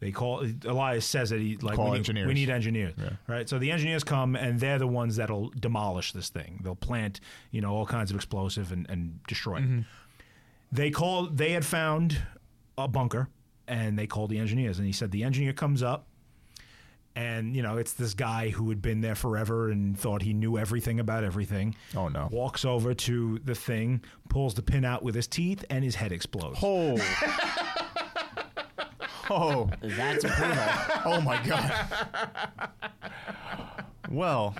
C: They call Elias says that he like
B: Call
C: we need,
B: engineers.
C: we need engineers, right? So the engineers come and they're the ones that'll demolish this thing. They'll plant you know all kinds of explosive and and destroy
B: Mm-hmm.
C: it they called they had found a bunker and they called the engineers and he said the engineer comes up and you know it's this guy who had been there forever and thought he knew everything about everything
B: Oh, no.
C: walks over to the thing pulls the pin out with his teeth and his head explodes
B: Oh. oh.
A: That's brutal.
B: Oh my god. Well,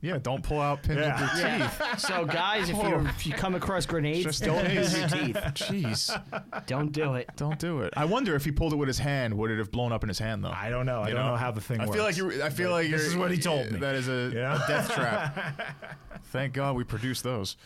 B: yeah, don't pull out pins
C: Yeah.
B: with your teeth.
A: so guys, if you if you come across grenades,
B: Just
A: don't
B: don't-
A: use your teeth.
B: Jeez.
A: Don't do it.
B: Don't do it. I wonder if he pulled it with his hand, would it have blown up in his hand though?
C: i don't know i
B: You
C: don't know? how the thing
B: I
C: works
B: feel like you I feel like
C: this
B: you're-
C: is what he told me.
B: That is a,
C: Yeah.
B: a death trap. Thank God we produced those.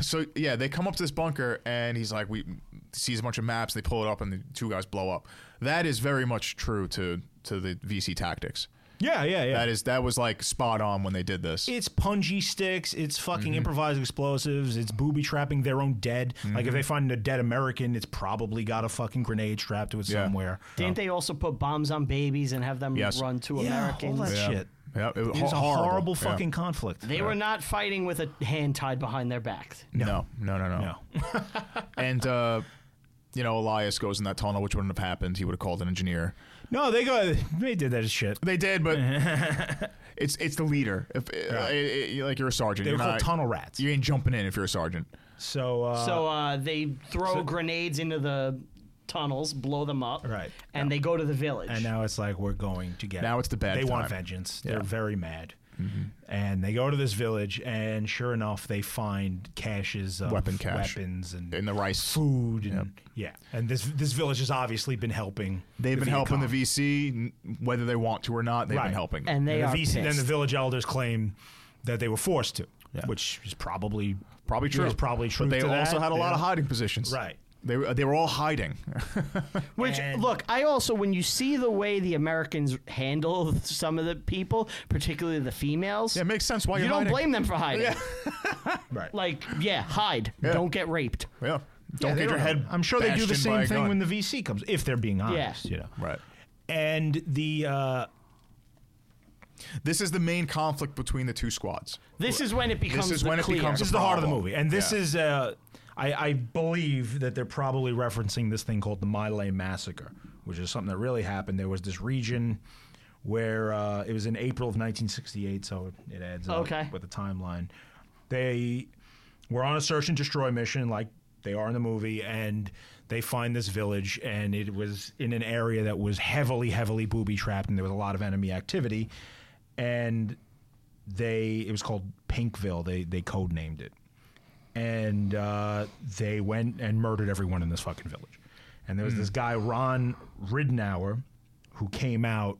B: So yeah, they come up to this bunker and he's like, we sees a bunch of maps. They pull it up and the two guys blow up. That is very much true to to the VC tactics.
C: yeah yeah yeah
B: That is that was like spot on when they did this.
C: it's punji sticks, it's
B: Mm-hmm.
C: fucking improvised explosives, it's booby trapping their own dead. Like
B: Mm-hmm.
C: if they find a dead American, it's probably got a fucking grenade strapped to it
B: Yeah.
C: somewhere.
A: Didn't they also put bombs on babies and have them
B: Yes.
A: run to
C: all
A: Americans?
C: that
B: Yeah.
C: shit.
B: Yeah, it was
C: It was a
B: hor-
C: horrible,
B: Yeah.
C: fucking conflict.
A: They were not fighting with a hand tied behind their back.
B: No, no, no, no.
C: no.
B: And uh, you know, Elias goes in that tunnel, which wouldn't have happened. He would have called an engineer.
C: No, they go. They did that as shit.
B: They did, but it's it's the leader. If, uh, it- it- you're like you're a sergeant,
C: They were
B: you're
C: called
B: not-
C: tunnel rats.
B: You ain't jumping in if you're a sergeant.
C: So, uh,
A: So uh, they throw grenades into the tunnels, blow them up,
C: Right.
A: and uh, they go to the village.
C: and now it's like we're going to get.
B: Now it's the bad
C: They want
B: time. Mm-hmm.
C: vengeance. They're very mad, and they go to this village, and sure enough, they find caches of
B: Weapon cache.
C: weapons and
B: In the rice,
C: food and yeah and this this village has obviously been helping
B: they've
C: the
B: been helping
C: Viet
B: the
C: Cong.
B: VC, n- whether they want to or not. They've
C: Right.
B: been helping. them.
A: and they
C: the
A: are
C: VC then the
A: pissed.
C: village elders claim that they were forced to
B: Yeah.
C: which is probably
B: probably true.
C: is probably true
B: But they
C: to
B: also
C: that.
B: had a lot of
C: Yeah.
B: hiding positions.
C: Right.
B: They were, they were all hiding.
A: Which
C: And-
A: look, I also when you see the way the Americans handle some of the people, particularly the females,
B: it makes sense why
A: you
B: you're
A: don't
B: hiding.
A: blame them for hiding.
C: right
A: Like, yeah, hide. Don't get raped.
B: Yeah.
C: Yeah,
B: Don't
C: they
B: get your
C: don't-
B: head.
C: I'm sure they do
B: bashed
C: the
B: in by
C: same
B: a
C: thing
B: gun.
C: when the VC comes if they're being honest you know
B: right.
C: and the uh,
B: This is the main conflict between the two squads.
A: This is when it becomes.
B: is
A: the
B: when it
A: clear.
B: becomes a
C: this is the heart of the
B: problem.
C: movie and this
B: Yeah.
C: is uh, I, I believe that they're probably referencing this thing called the Mylay massacre which is something that really happened there was this region where uh, it was in April of 1968 so it adds up
A: Okay.
C: with the timeline they were on a search and destroy mission like they are in the movie and they find this village and it was in an area that was heavily heavily booby trapped and there was a lot of enemy activity and they it was called Pinkville. They they codenamed it, and uh, they went and murdered everyone in this fucking village. And there was
A: Hmm.
C: this guy Ron Ridenour, who came out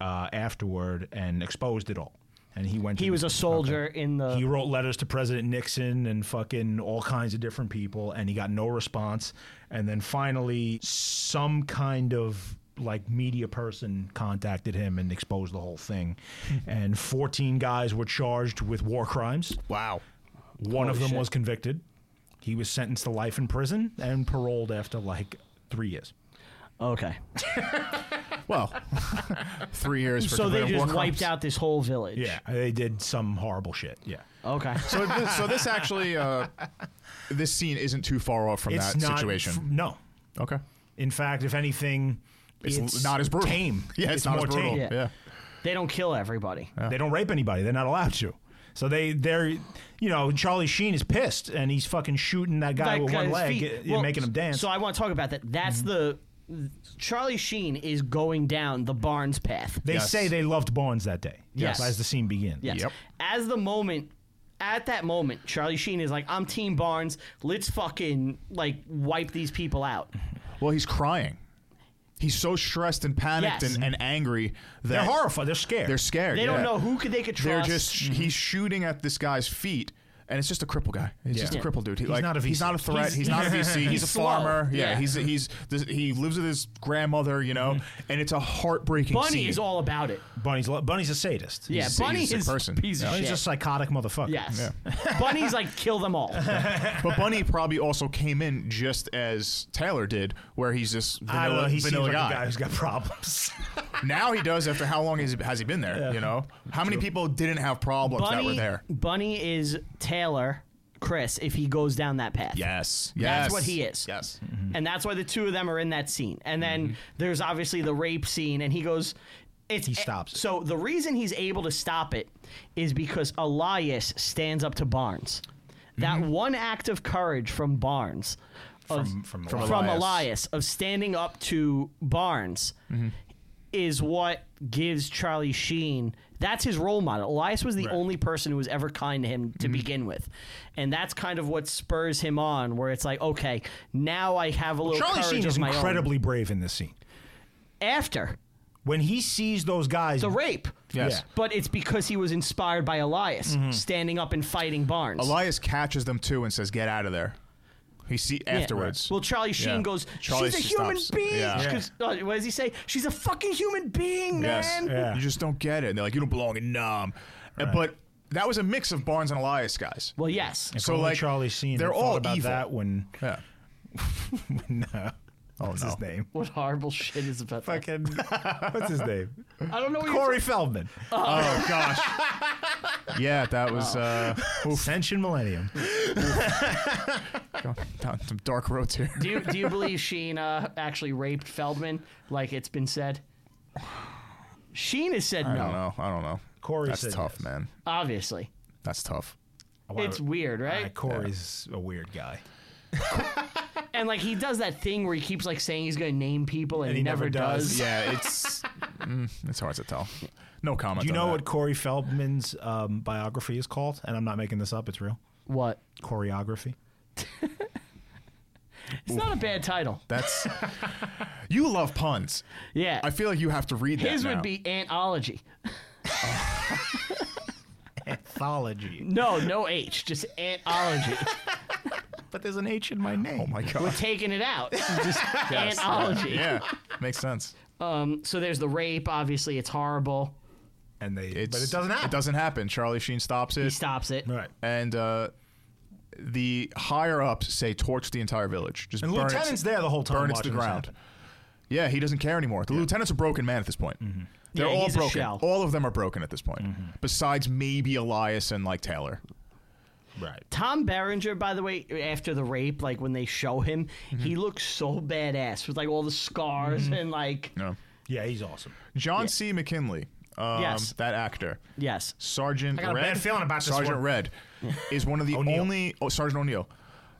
C: uh, afterward and exposed it all. And he went.
A: He
C: to
A: was a
C: this-
A: soldier in the.
C: he wrote letters to President Nixon and fucking all kinds of different people, and he got no response. And then finally, some kind of like media person contacted him and exposed the whole thing.
B: Mm-hmm.
C: and 14 guys were charged with war crimes.
B: Wow.
C: One of
A: Holy
C: them
A: shit.
C: was convicted. He was sentenced to life in prison and paroled after like three years.
A: okay.
B: Well, three years for
A: So they
B: committing war
A: just wiped
B: crimes.
A: out this whole village.
C: Yeah, they did some horrible shit. Yeah.
A: Okay.
B: So this, so this actually, uh, this scene isn't too far off from that
C: not
B: situation.
C: no.
B: okay.
C: In fact, if anything,
B: It's not as brutal.
C: Tame.
B: Yeah, it's not as
C: more
B: brutal.
C: Tame.
A: Yeah.
B: Yeah.
A: They don't kill everybody.
C: They don't rape anybody. They're not allowed to. So they they're you know Charlie Sheen is pissed and he's fucking shooting that guy
A: That
C: with one
A: guy's
C: leg,
A: feet-
C: uh, you're
A: well,
C: making him dance.
A: So I want to talk about that. That's the Charlie Sheen is going down the Barnes path.
C: they
B: Yes.
C: say they loved Barnes that day.
A: Yes.
C: as the scene begins.
A: Yes.
B: Yep.
A: As the moment, at that moment, Charlie Sheen is like, "I'm Team Barnes. Let's fucking like wipe these people out."
B: Well, he's crying. He's so stressed and panicked
A: Yes.
B: and, and angry that
C: They're horrified. They're scared.
B: They're scared.
A: They don't
B: yeah.
A: know who could they could
B: They're
A: trust.
B: just he's shooting at this guy's feet. And it's just a cripple guy. He's just a
A: Yeah.
B: cripple dude. He,
C: He's
B: like,
C: not a
B: He's
C: VC.
B: not a threat. He's,
A: He's-
B: not a VC. He's, a
A: He's slow.
B: farmer. Yeah.
A: Yeah.
B: He's he's this, he lives with his grandmother. You know, and it's a heartbreaking.
A: Bunny
B: scene.
A: is all about it.
C: Bunny's lo- Bunny's a sadist.
A: Yeah,
B: He's a-
A: Bunny
B: he's a
A: is
B: person.
A: piece of
C: He's
A: shit.
C: a psychotic motherfucker.
A: yes. Bunny's like kill them all.
B: But Bunny probably also came in just as Taylor did, where he's this
C: I don't know.
B: vanilla,
C: He seems
B: vanilla
C: like
B: guy.
C: a guy who's got problems.
B: Now he does. After how long has he, has he been there? You know, how many people didn't have problems that were
A: Bunny,
B: there?
A: Bunny is Taylor, Chris, if he goes down that path.
B: Yes, yes,
A: That's what he is.
B: Yes,
C: Mm-hmm.
A: And that's why the two of them are in that scene. And then there's obviously the rape scene, and he goes. It's,
C: He stops it.
A: So the reason he's able to stop it is because Elias stands up to Barnes. That
C: Mm-hmm.
A: one act of courage from Barnes, of,
C: From- from
A: from
B: Elias.
A: Elias, of standing up to Barnes,
C: Mm-hmm.
A: is what gives Charlie Sheen. That's his role model. Elias was the only person who was ever kind to him
B: Mm-hmm.
A: to begin with, and that's kind of what spurs him on. Where it's like, okay, now I have a little
C: Charlie
A: courage
C: Sheen
A: of
C: is
A: my own.
C: incredibly brave in this scene.
A: After
C: When he sees those guys,
A: the rape,
B: yes.
C: Yeah.
A: but it's because he was inspired by Elias standing up and fighting Barnes.
B: Mm-hmm. Elias catches them too and says, "Get out of there." He see
A: Yeah.
B: afterwards.
A: Well, Charlie Sheen
B: Yeah.
A: goes,
B: Charlie
A: She's a
B: Sheen
A: human
B: stops.
A: being.
B: Yeah.
A: She goes, uh, what does he say? She's a fucking human being,
B: yes,
A: man.
C: Yeah.
B: you just don't get it. And they're like, "You don't belong in Nam," And- but that was a mix of Barnes and Elias guys.
A: Well, yes.
C: If
B: so,
C: only
B: like,
C: Charlie Sheen,
B: they're
C: had thought
B: all
C: about
B: evil.
C: that when
B: Yeah.
C: when uh, what's
B: Oh, no.
C: his name?
A: What horrible shit is about that?
C: Fucking what's his name?
A: I don't know what you're
C: Corey Feldman.
B: Oh gosh. yeah, that was uh,
C: Ascension Millennium.
B: going down some dark roads here.
A: Do you, do you believe Sheen uh, actually raped Feldman, like it's been said? Sheen has said
B: I
A: no,
B: don't know. I don't know.
C: Corey
B: That's
C: said
B: tough,
C: yes.
B: man.
A: obviously.
B: That's tough.
A: It's weird,
C: Uh,
A: right?
C: Corey's a weird guy,
A: And like he does that thing where he keeps like saying he's going to name people and, he never, does.
B: Yeah, it's mm, it's hard to tell. No comment.
C: Do you
B: on
C: know
B: that.
C: what Corey Feldman's um, biography is called? And I'm not making this up; it's real.
A: What?
C: Choreography.
A: It's not a bad title.
B: That's you love puns.
A: Yeah.
B: I feel like you have to read that.
A: His would
B: now.
A: be anthology.
C: Anthology.
A: No, no H, just anthology.
C: But there's an H in my name.
B: Oh my
A: We're
B: god.
A: taking it out. Just anthology.
B: Yeah, makes sense.
A: Um, so there's the rape. Obviously, it's horrible.
C: And they,
B: It's,
C: but it doesn't happen.
B: It doesn't happen. Charlie Sheen stops it,
A: He stops it.
C: Right.
B: and uh, the higher ups say torch the entire village. Just
C: And
B: burn it-
C: Lieutenant's there the whole time.
B: burn it to
C: watching
B: the
C: this
B: ground.
C: happen.
B: Yeah, he doesn't care anymore. The lieutenant's a broken man at this point. They're
A: Yeah,
B: all
A: he's a
B: broken.
A: shell.
B: All of them are broken at this point, besides maybe Elias and like Taylor.
C: Right.
A: Tom Berenger, by the way, after the rape, like when they show him, he
B: Mm-hmm.
A: looks so badass with like all the scars and like
B: No.
C: Yeah, he's awesome.
B: John C. McKinley, um,
A: Yes.
B: that actor,
A: yes,
B: Sergeant
C: I got a
B: Red.
C: bad feeling about this
B: Sergeant
C: one.
B: Red is one of the
C: O'Neill.
B: only oh, Sergeant O'Neill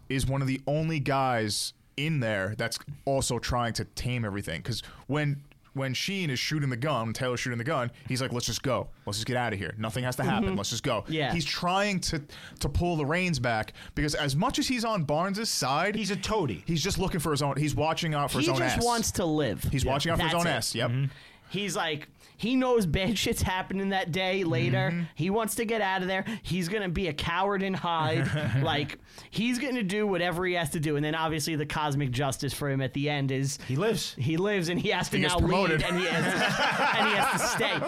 B: is one of the only guys in there that's also trying to tame everything because when. When Sheen is shooting the gun, when Taylor's shooting the gun, he's like, "Let's just go. Let's just get out of here. Nothing has to happen. Let's just go."
A: Mm-hmm. Yeah.
B: he's trying to to pull the reins back because as much as he's on Barnes' side,
C: He's a toady.
B: he's just looking for his own. He's watching out for
A: he
B: his own
A: just
B: ass.
A: wants to live.
B: he's watching out for his
A: That's
B: own
A: it. Mm-hmm.
B: ass. Yep.
A: He's like he knows bad shit's happening that day later.
B: Mm-hmm.
A: He wants to get out of there. He's gonna be a coward and hide. like he's gonna do whatever he has to do. And then obviously the cosmic justice for him at the end is
C: He lives.
A: He lives and he has to
B: He gets
A: now
B: promoted.
A: lead and he, has to, and he has to stay.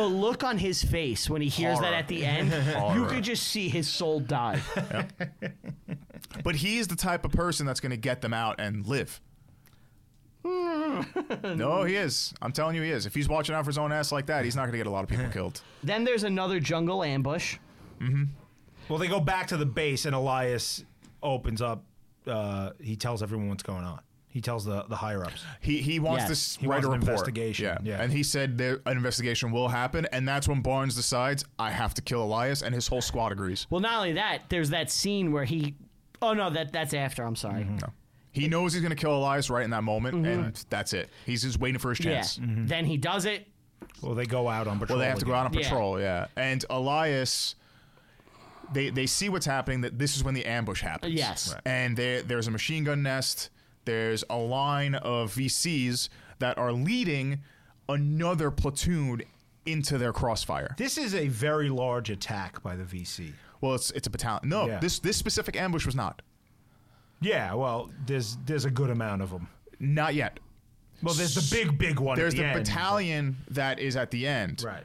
A: The look on his face when he hears
B: Horror.
A: that at the end, you
B: Horror.
A: could just see his soul die.
B: But he's the type of person that's going to get them out and live. no, he is. I'm telling you, he is. If he's watching out for his own ass like that, he's not going to get a lot of people killed.
A: then there's another jungle ambush.
C: Well, they go back to the base, and Elias opens up. Uh, he tells everyone what's going on. He tells the the higher ups.
B: He he wants
A: Yes.
B: to s-
C: He
B: write
C: wants
B: a
C: an
B: report.
C: investigation.
B: Yeah.
C: Yeah.
B: and he said there, an investigation will happen, and that's when Barnes decides I have to kill Elias, and his whole squad agrees.
A: Well, not only that, there's that scene where he. Oh no, that that's after. I'm sorry.
B: Mm-hmm. He knows he's gonna kill Elias right in that moment,
C: Mm-hmm.
B: and that's it. He's just waiting for his
A: Yeah.
B: chance.
A: Then he does it.
C: Well, they go out on patrol.
B: Well, they have to go out
C: again.
B: on
A: Yeah.
B: patrol, yeah. And Elias, they they see what's happening. That this is when the ambush happens.
A: Yes. Right.
B: And there there's a machine gun nest. There's a line of VCs that are leading another platoon into their crossfire.
C: This is a very large attack by the VC.
B: Well, it's it's a battalion. No,
C: Yeah.
B: this this specific ambush was not.
C: Yeah, well, there's there's a good amount of them.
B: Not yet.
C: Well, there's the big big one.
B: There's
C: at
B: the,
C: the, end.
B: battalion that is at the end.
C: Right.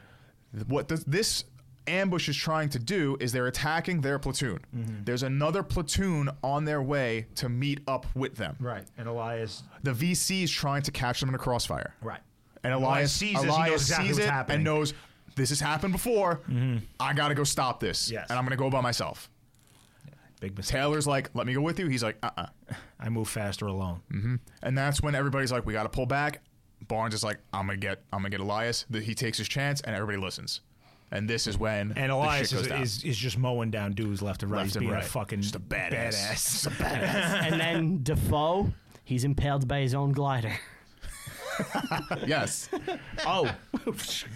B: what this, this ambush is trying to do is they're attacking their platoon.
C: Mm-hmm.
B: There's another platoon on their way to meet up with them.
C: Right. And Elias.
B: The VC is trying to catch them in a crossfire.
C: Right.
B: And Elias,
C: sees this, he knows
B: Elias
C: exactly
B: sees
C: what's
B: it
C: happening. Mm-hmm.
B: and knows this has happened before. I got to go stop this.
C: Yes.
B: And I'm going to go by myself.
C: Big mistake.
B: Taylor's like, let me go with you. He's like, uh uh
C: I move faster alone.
B: And that's when everybody's like, we got to pull back. Barnes is like, I'm going to get I'm going to get Elias. The- He takes his chance and everybody listens. And this is when the shit
C: And Elias
B: goes
C: is,
B: down.
C: is, is just mowing down dudes left and right.
B: Left
C: He's
B: and
C: being a
B: right.
C: fucking
B: Just a badass.
C: badass.
A: and then Defoe, he's impaled by his own glider.
B: Yes.
C: oh,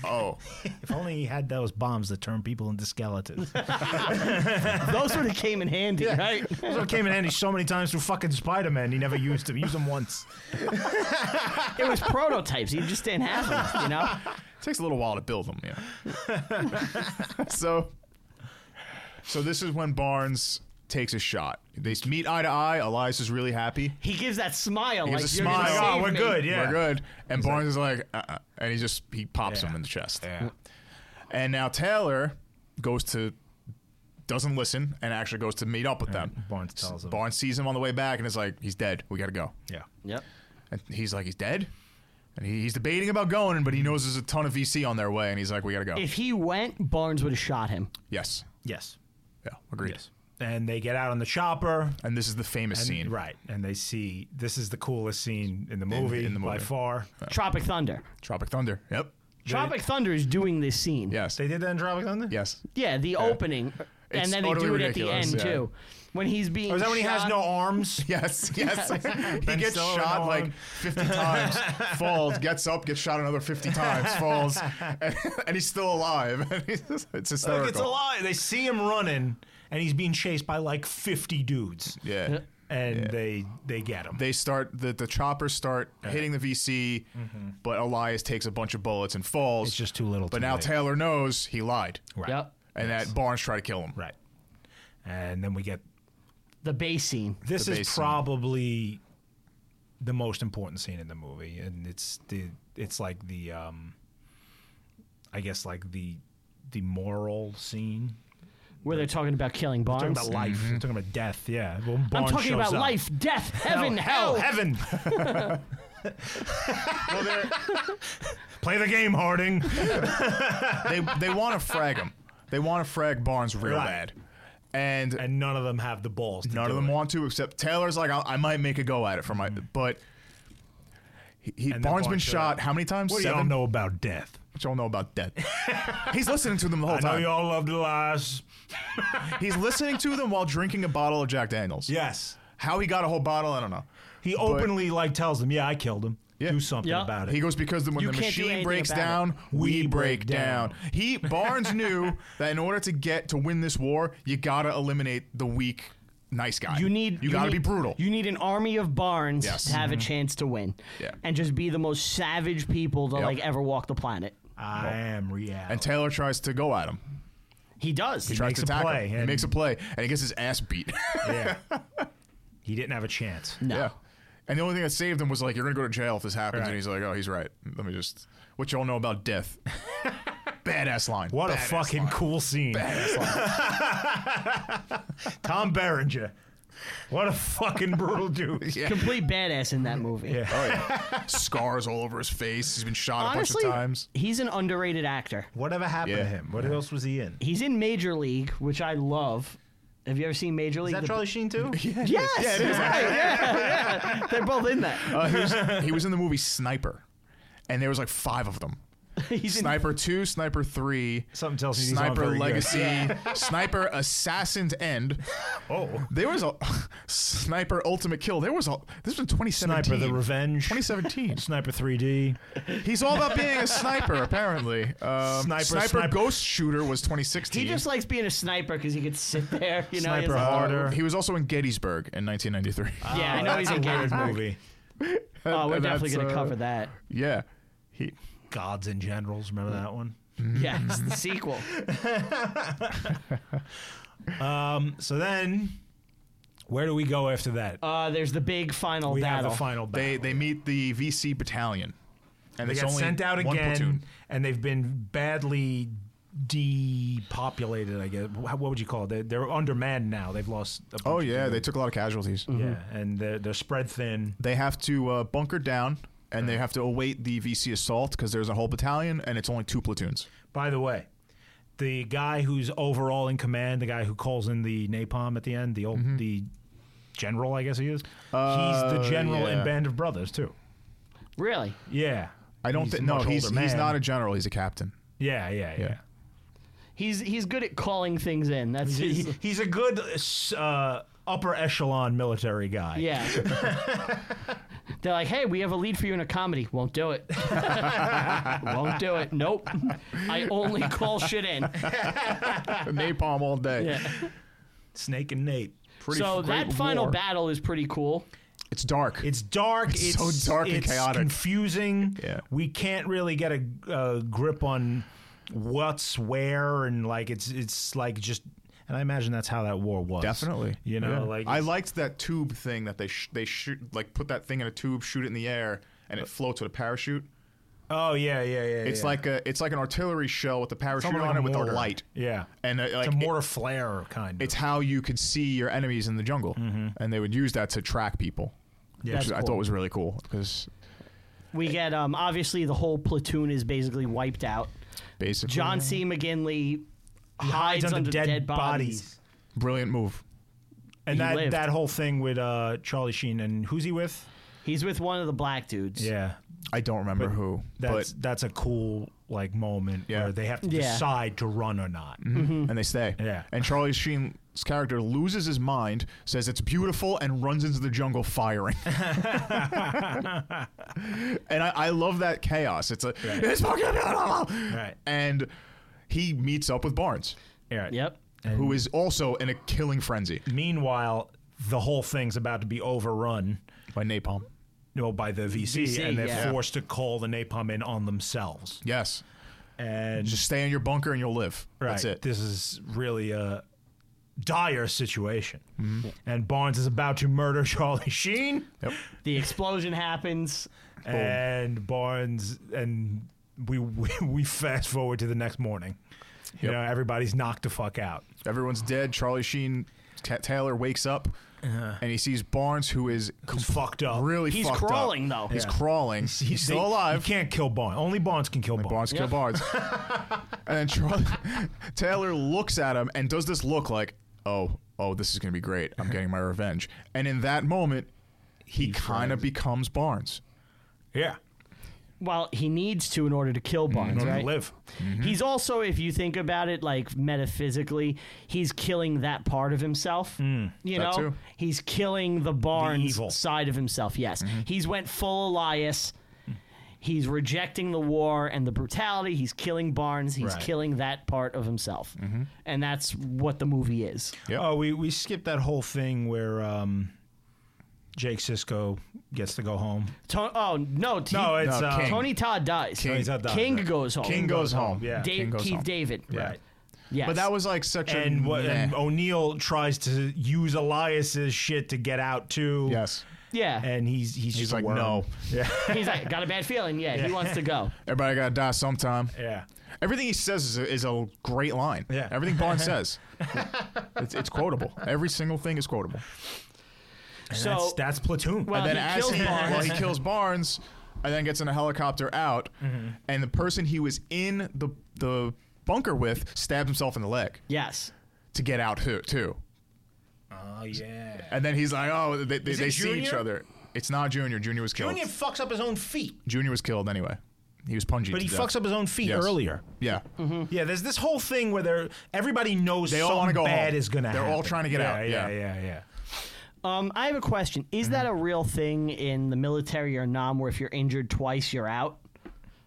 B: Oh.
C: if only he had those bombs that turn people into skeletons. That's
A: Those would have came in handy, right?
C: what came in handy so many times through fucking Spider Man. He never used them. Used them once.
A: It was prototypes. He just didn't have them, you know.
B: takes a little while to build them, yeah. so So this is when Barnes takes a shot. They meet eye to eye. Elias is really happy.
A: He gives that smile.
B: He
A: like,
B: gives a
A: "You're gonna
B: smile.
A: save
B: Oh,
C: we're
A: me."
C: good, yeah.
B: We're good. And Barnes is like, uh-uh. And he just he pops
C: Yeah.
B: him in the chest.
C: Yeah.
B: And now Taylor goes to doesn't listen and actually goes to meet up with them.
C: Barnes tells him.
B: Barnes sees him on the way back and is like, he's dead. We got to go.
C: Yeah.
A: Yep.
B: And he's like, he's dead. And he, he's debating about going, but he knows there's a ton of VC on their way, and he's like, we got to go.
A: If he went, Barnes would have shot him.
B: yes.
C: Yes.
B: Yeah. Agreed.
C: And they get out on the chopper.
B: And this is the famous
C: And-
B: scene.
C: Right. And they see this is the coolest scene in the movie,
B: in the
C: by
B: movie.
C: far.
A: Tropic Thunder.
B: Tropic Thunder. Yep.
A: Tropic Thunder is doing this scene.
B: Yes.
C: They did that in Tropic Thunder?
B: yes.
A: Yeah, the opening,
B: It's
A: and then they
B: totally
A: do it at
B: ridiculous,
A: the end
B: yeah.
A: too, when he's being.
C: Oh, is that when he has
A: shot-
C: no arms?
B: Yes, yes. he
C: Ben
B: gets
C: Stiller
B: shot
C: on.
B: like 50 times, falls, gets up, gets shot another 50 times, falls, and, and he's still alive. it's hysterical.
C: Like it's a lie. They see him running, and he's being chased by like fifty dudes,
A: Uh,
B: Yeah.
C: and they they get him.
B: They start, the, the choppers start hitting the VC, but Elias takes a bunch of bullets and falls.
C: Mm-hmm. it's just too little.
B: But
C: too
B: now
C: late.
B: Taylor knows he lied.
C: right,
A: Yep.
B: And that Barnes tried to kill him.
C: right, and then we get
A: The base scene.
C: this
B: The
C: is
B: base scene.
C: probably the most important scene in the movie, and it's the it's like the um, I guess like the the moral scene.
A: Where they're talking about killing Barnes.
C: Talking about life,
B: Mm-hmm.
C: talking about death. Yeah, When
A: I'm
C: Barnes
A: talking
C: shows
A: about
C: up.
A: life, death, heaven, hell.
C: hell, heaven.
B: Well, they're-
C: Play the game, Harding.
B: they they want to frag him. They want to frag Barnes real
C: Right.
B: bad. And,
C: and none of them have the balls. To
B: none
C: do
B: of them
C: it. Mm-hmm.
B: want to, except Taylor's like, I, I might make a go at it for my. But he, he,
C: And then
B: Barnes been
C: Barnes showed
B: shot
C: up.
B: how many times?
C: What do y'all
B: Seven?
C: know about death?
B: What y'all know about death? He's listening to them the whole
C: I know
B: time.
C: y'all love the lies.
B: He's listening to them while drinking a bottle of Jack Daniels.
C: Yes.
B: How he got a whole bottle, I don't know.
C: He openly like tells them, "Yeah, I killed him.
B: Yeah.
C: Do something
A: Yeah.
C: about it."
B: He goes because the, when
A: You
B: the
A: can't do
B: machine
A: anything
B: breaks
A: about
B: down,
C: it.
B: we break down. He Barnes knew that in order to get to win this war, you gotta eliminate the weak, nice guy.
A: You need.
B: you, gotta
A: need-
B: be brutal.
A: You need an army of Barnes
B: Yes.
A: to
C: Mm-hmm.
A: have a chance to win.
B: Yeah.
A: And just be the most savage people to
B: Yep.
A: like ever walk the planet.
C: I am reality.
B: and Taylor tries to go at him.
A: He does.
B: Tries
C: makes
B: to
C: a
B: tackle
C: play,
B: him. He
C: and-
B: makes a play, and he gets his ass beat.
C: yeah. He didn't have a chance.
A: no.
B: yeah. And the only thing that saved him was like, "You're gonna go to jail if this happens."
C: Right.
B: And he's like, "Oh, he's right. Let me just." What y'all know about death? Badass line.
C: What a
B: Badass
C: fucking
B: line.
C: cool scene.
B: Badass line.
C: Tom Berenger. What a fucking brutal dude.
B: Yeah.
A: Complete badass in that movie.
C: Yeah.
B: Oh, yeah. Scars all over his face. He's been shot
A: Honestly,
B: a bunch of times.
A: he's an underrated actor.
C: Whatever happened
B: Yeah.
C: to him? What else was he in?
A: He's in Major League, which I love. Have you ever seen Major League?
E: Is that
A: The-
E: Charlie Sheen too?
A: Yes, right, yeah, yeah. They're both in that.
B: Uh, he, was, he was in the movie Sniper, and there was like five of them.
A: He's in
B: Sniper two, Sniper three,
C: Something tells me these aren't
B: Sniper
C: very good.
B: Legacy, Sniper Assassin's End.
C: Oh.
B: There was a Sniper Ultimate Kill. There was a this was in 2017.
C: Sniper the Revenge.
B: 2017.
C: Sniper 3D.
B: He's all about being a sniper, apparently. Um,
C: Sniper,
B: sniper,
C: sniper.
B: Ghost Shooter was 2016.
A: He just likes being a sniper because he could sit there. You know,
C: Sniper
A: he's like-
C: hog. harder.
B: Um,
C: Ah.
B: He was also in Gettysburg in 1993.
A: yeah, I know he's a
C: Weird
A: gamer.
C: movie.
A: Oh, we're definitely
B: That's,
A: going to
B: uh,
A: cover that.
B: Yeah. He,
C: Gods and Generals. Remember that one?
A: Yeah, it's the sequel.
C: Um, so then, where do we go after that?
A: Uh, there's the big final
C: we have
A: battle.
C: the final battle.
B: they they meet the VC battalion, and
C: They
B: it's
C: got
B: only
C: sent out
B: one
C: again,
B: platoon.
C: and they've been badly depopulated. I guess Wha- what would you call it? They're, they're undermanned now. They've lost. A bunch
B: Oh
C: of
B: yeah,
C: people.
B: they took a lot of casualties.
C: yeah, and they're, they're spread thin.
B: They have to uh, bunker down, and they have to await the VC assault because there's a whole battalion, and it's only two platoons.
C: By the way, the guy who's overall in command, the guy who calls in the napalm at the end, the old the general, I guess he is. he's
B: Mm-hmm. Uh,
C: the general in
B: yeah.
C: Band of Brothers too.
A: Really?
C: Yeah,
B: I don't
C: He's
B: think.
C: a
B: No,
C: much
B: he's
C: older
B: he's
C: man.
B: not a general. He's a captain.
C: Yeah, yeah, yeah.
B: Yeah.
A: He's he's good at calling things in. That's his.
C: He- he's a good uh, upper echelon military guy.
A: Yeah. They're like, hey, we have a lead for you in a comedy. Won't do it. Won't do it. Nope. I only call shit in.
B: Napalm all day.
A: Yeah.
C: Snake and Nate. Pretty
A: So that final
B: war.
A: battle is pretty cool.
B: It's dark.
C: It's dark. It's,
B: so dark and
C: it's
B: chaotic.
C: Confusing.
B: Yeah.
C: We can't really get a, a grip on what's where and like it's it's like just and I imagine that's how that war was.
B: Definitely.
C: You know,
B: Yeah.
C: like
B: I liked that tube thing that they sh- they shoot like put that thing in a tube, shoot it in the air, and it floats with a parachute.
C: Oh yeah, yeah, yeah.
B: It's
C: Uh, yeah.
B: like a it's like an artillery shell with a parachute
C: Something
B: on
C: like a
B: it with a
C: mortar.
B: light.
C: Yeah.
B: And uh, like
C: it's a
B: it-
C: mortar flare kind of.
B: it's how you could see your enemies in the jungle, and they would use that to track people,
C: Mm-hmm. Yeah.
B: which
C: That's
B: I
C: cool.
B: thought was really cool because
A: We get um obviously the whole platoon is basically wiped out.
B: basically
A: John C. McGinley
C: It
A: hides, under, dead, bodies.
B: brilliant move.
C: And
A: He
C: that
A: lived.
C: that whole thing with uh, Charlie Sheen and who's he with?
A: He's with one of the black dudes.
C: Yeah.
B: I don't remember who,
C: That's
B: but
C: that's a cool like moment
B: Yeah. Mm-hmm.
C: where they have to
A: Yeah.
C: decide to run or not.
B: and they stay.
C: mm-hmm. Yeah.
B: And Charlie Sheen's character loses his mind, says it's beautiful, and runs into the jungle firing. and I, I love that chaos. It's like it's fucking beautiful.
C: Right.
B: And he meets up with Barnes,
C: Yeah.
A: Yep.
B: who is also in a killing frenzy
C: Meanwhile, the whole thing's about to be overrun,
B: by napalm.
C: you know, by the VC,
A: VC,
C: and they're
A: yeah.
C: forced to call the napalm in on themselves.
B: Yes.
C: And
B: Just stay in your bunker and you'll live.
C: right,
B: That's it.
C: this is really a dire situation.
B: Mm-hmm.
C: And Barnes is about to murder Charlie Sheen,
B: Yep.
A: The explosion happens.
C: and Barnes and we, we we fast forward to the next morning. You
B: Yep.
C: know, everybody's knocked the fuck out.
B: Everyone's dead. Charlie Sheen Ta Taylor wakes up and he sees Barnes, who is
C: He's fucked up.
B: really
A: He's
B: fucked up.
A: crawling, though.
B: He's
C: Yeah.
B: crawling. He's, still
C: They-
B: alive.
C: You can't kill Barnes. Only Barnes can kill Barnes.
B: Barnes kill
A: Yeah.
B: Barnes. and then Charlie, Taylor looks at him and does this look like, oh, oh, this is going to be great. I'm getting my revenge. And in that moment, he, kind of becomes Barnes.
C: Yeah.
A: Well, he needs to Mm, in order to kill Barnes,
C: Right.
A: right?
C: Live.
A: He's also, if you think about it, like metaphysically, he's killing that part of himself. you know,
B: that too.
A: he's killing the Barnes
C: evil.
A: side of himself. Yes, he's went full Elias. He's rejecting the war and the brutality. He's killing Barnes. He's
C: Right.
A: killing that part of himself, and that's what the movie is.
B: Yep.
C: Oh, we we skipped that whole thing where um, Jake Sisko gets to go home.
A: To- oh no, T-
C: No, it's
B: No,
C: uh,
B: King.
A: Tony Todd dies.
C: Tony Todd dies,
A: King
C: right.
A: goes home.
B: King goes home.
C: yeah.
A: Dave-
B: King goes
A: Keith
B: home.
A: David.
C: Right.
A: Yes.
B: But that was like such a.
C: And what? And
B: meh.
C: O'Neill tries to use Elias's shit to get out too.
B: yes.
A: yeah.
C: And he's he's, just
B: He's
C: a
B: like,
C: worm.
B: no.
A: He's like, got a bad feeling. Yeah, he wants to go.
B: Everybody got to die sometime.
C: Yeah.
B: Everything he says is a, is a great line.
C: Yeah.
B: Everything Barnes says. it's, it's quotable. Every single thing is quotable.
A: so
C: that's, that's platoon.
A: well,
B: then
A: Uh, he
B: as
A: kills
B: he,
A: Barnes.
B: well, he kills Barnes, and then gets in a helicopter out,
C: Mm-hmm.
B: and the person he was in the the bunker with stabs himself in the leg
A: yes.
B: to get out too. too.
C: Oh yeah.
B: And then he's like, oh, they, they,
C: Is it
B: they see each
C: Junior?
B: other. It's not Junior. Junior was killed.
C: Junior
B: Junior,
C: fucks up his own feet,
B: was killed anyway. He was pungied.
C: but he fucks up Mm-hmm. his own feet
B: Yes.
C: earlier.
B: Yeah.
A: Mm-hmm.
C: Yeah, there's this whole thing where they're everybody knows
B: They all
C: something
B: wanna go
C: bad
B: home.
C: is gonna
B: They're all
C: happen.
B: trying to get
C: yeah,
B: out,
C: Yeah,
B: yeah.
C: yeah, yeah.
A: Um, I have a question. Is that
B: Mm-hmm.
A: a real thing in the military or nom where if you're injured twice, you're out?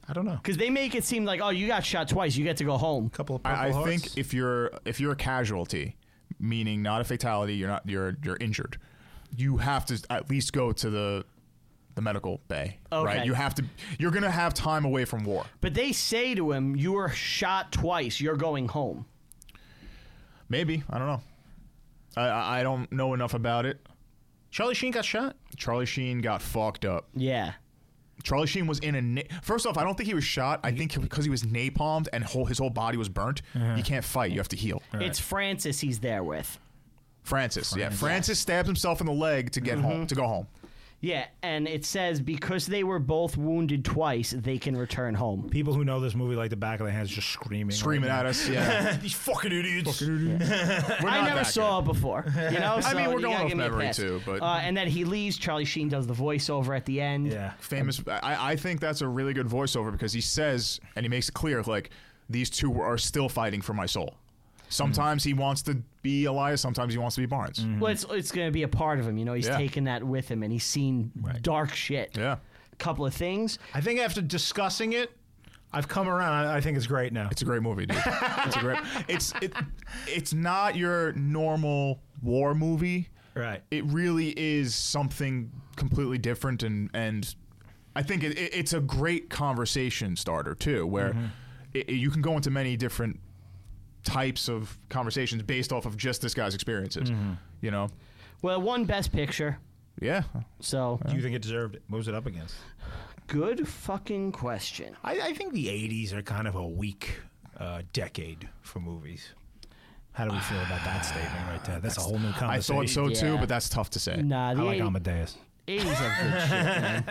C: I don't know.
A: Because they make it seem like, oh, you got shot twice, you get to go home.
C: Couple of
B: I,
C: Purple
B: I
C: Hearts.
B: think if you're if you're a casualty, meaning not a fatality, you're not you're you're injured. You have to at least go to the the medical bay,
A: Okay.
B: right? You have to. You're gonna have time away from war.
A: But they say to him, you were shot twice, you're going home.
B: Maybe I don't know. I I, I don't know enough about it.
C: Charlie Sheen got shot.
B: Charlie Sheen got fucked up.
A: Yeah.
B: Charlie Sheen was in a. Na- First off, I don't think he was shot. I think because he was napalmed and whole, his whole body was burnt.
C: Uh-huh.
B: You can't fight. You have to heal.
A: It's Francis he's there with.
B: Francis, yeah, Francis stabs himself in the leg to get
C: Mm-hmm.
B: home to go home.
A: Yeah, and it says because they were both wounded twice, they can return home.
C: People who know this movie like the back of their hands, just screaming,
B: Screaming at us, yeah.
C: These fucking idiots.
B: We're
A: I
B: not
A: never
B: that
A: saw it before. You know, so
B: I mean, we're
A: you
B: going
A: gotta
B: off
A: give me a
B: memory,
A: pass.
B: too, but-
A: uh, and then he leaves. Charlie Sheen does the voiceover at the end.
C: yeah.
B: famous. I, I think that's a really good voiceover because he says and he makes it clear like these two are still fighting for my soul. Sometimes he wants to be Elias, sometimes he wants to be Barnes.
A: Well, it's it's gonna be a part of him. You know, he's
B: Mm-hmm. Yeah.
A: taken that with him, and he's seen dark shit.
B: Yeah,
A: couple of things.
C: I think after discussing it, I've come around. I, I think it's great now.
B: it's a great movie, dude. it's a great. It's it, it's not your normal war movie.
C: right.
B: It really is something completely different, and and I think it, it, it's a great conversation starter too, where
C: Mm-hmm.
B: it, it- you can go into many different types of conversations based off of just this guy's experiences.
C: Mm-hmm.
B: You know,
A: Well, one best picture.
B: yeah.
A: So
C: Do you think it deserved it? What was it up against?
A: good fucking question.
C: I, I think the 80s are kind of a weak uh, decade for movies. How do we feel about that statement right there? That's, a whole new
B: I
C: conversation.
B: thought so too,
A: Yeah.
B: but that's tough to say.
A: Nah,
C: I
A: the
C: like
A: 80,
C: Amadeus.
A: 80s have good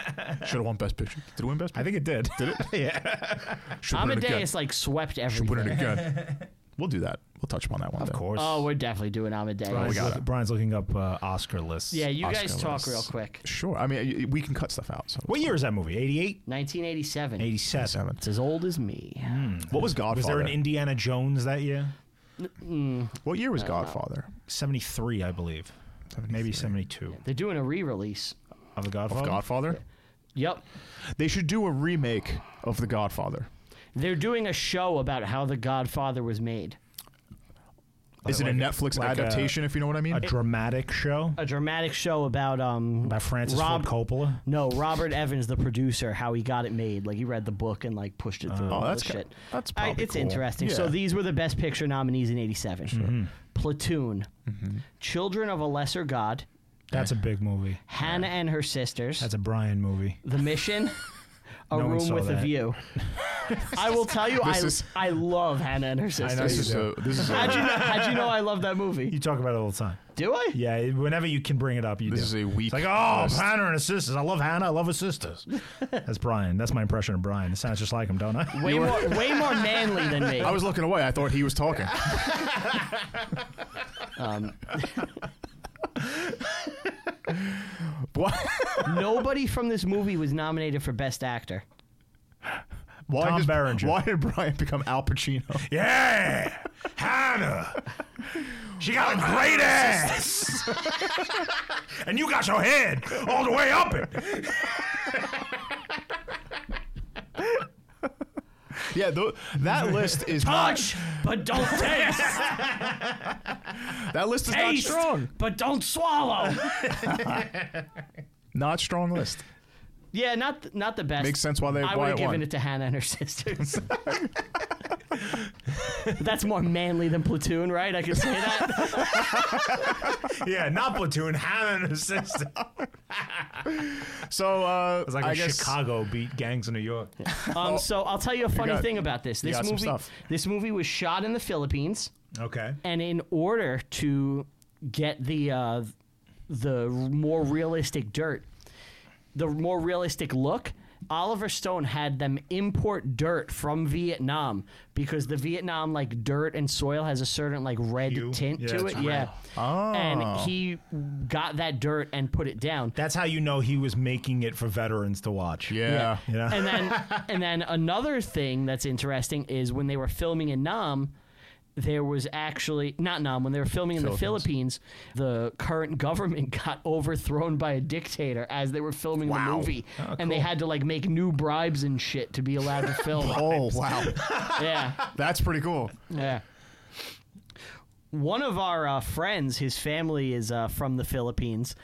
A: shit. Man.
B: Should have won Best Picture. Did it win Best? Picture?
C: I think it did. Did it? yeah.
B: Should win it again.
A: Amadeus like swept
B: Should win it
A: everything.
B: again. We'll do that. We'll touch upon that one.
C: Of
B: day.
C: course.
A: Oh, we're definitely doing Amadeus.
C: Brian's,
B: Oh, got
C: look-
B: it.
C: Brian's looking up uh, Oscar lists.
A: yeah, you
B: Oscar
A: guys talk
B: lists.
A: real quick.
B: Sure. I mean, y- we can cut stuff out. So
C: What year is that movie? 88?
A: 1987.
C: 87.
B: seven?
A: It's as old as me.
B: What was Godfather?
C: Was there an Indiana Jones that year?
B: what year was Godfather?
C: 73, I believe. Maybe 72.
A: They're doing a re-release.
C: Of The Godfather?
B: Of Godfather?
A: Yep.
B: They should do a remake of The Godfather.
A: They're doing a show about how The Godfather was made.
B: Is it a Netflix
C: like a-
B: adaptation? if you know what I mean.
C: A dramatic show
A: A dramatic show about um
C: by Francis
A: Rob
C: Ford Coppola.
A: No, Robert Evans, the producer, how he got it made. Like he read the book and like pushed it through. all
B: Oh, that's
A: this
B: ki-
A: shit.
B: that's
A: I-
B: probably
A: it's
B: cool.
A: interesting. So
B: Yeah.
A: these were the best picture nominees in '87: Platoon,
B: Mm-hmm.
A: Children of a Lesser God,
C: That's a big movie.
A: Hannah and Her Sisters,
C: That's a Brian movie.
A: The Mission, A
C: No one
A: Room
C: saw
A: with a
C: that.
A: View. I will tell you, I
B: This is-
A: I love Hannah and Her
B: I know this
A: Sisters.
B: is a this is
A: How'd you,
B: a,
A: know, how'd you know I love that
C: You
A: movie?
C: talk about it all the time.
A: Do I?
C: Yeah, whenever you can bring it up, you
B: this
C: do.
B: is a weak.
C: it's like, oh, Hannah and her sisters. I love Hannah. I love her sisters. That's Brian. That's my impression of Brian. It sounds just like him, don't I?
A: Way more, way more manly than me.
B: I was looking away. I thought he was talking.
A: Um,
B: Why?
A: nobody from this movie was nominated for Best Actor.
B: Why
C: Tom
B: does-
C: Berenger.
B: Why did Brian become Al Pacino?
C: yeah, Hannah. She got a great ass. and you got your head all the way up it.
B: Yeah, tho- that list is
A: Touch, but don't taste.
B: Not, that list is
A: Taste,
B: not strong.
A: but don't swallow.
B: Not strong list.
A: yeah, not th- not the best.
B: Makes sense why they
A: I would
B: why
A: have
B: it
A: given
B: won.
A: it to Hannah and her sisters. That's more manly than Platoon, right? I can say that.
C: Yeah, not platoon. Hannah and her sisters.
B: so uh,
C: It's like
B: I
C: when
B: guess
C: Chicago beat gangs in New York.
A: Um, so I'll tell you a funny
B: got-
A: thing about this. This
B: got some
A: movie,
B: stuff.
A: this movie was shot in the Philippines.
C: Okay.
A: and in order to get the uh, the more realistic dirt, the more realistic look, Oliver Stone had them import dirt from Vietnam because the Vietnam like dirt and soil has a certain like red
C: Hue?
A: tint
C: Yeah,
A: to
C: it's Ah.
A: it. Yeah.
B: Oh.
A: And he got that dirt and put it down.
C: That's how you know he was making it for veterans to watch.
B: Yeah.
C: You know?
A: And then and then another thing that's interesting is when they were filming in Nam, there was actually not Nam when they were filming in the Philippines, the current government got overthrown by a dictator as they were filming the movie, and they had to like make new bribes and shit to be allowed to film.
B: Oh wow,
A: yeah,
B: that's pretty cool.
A: yeah. One of our uh, friends, his family is uh, from the Philippines,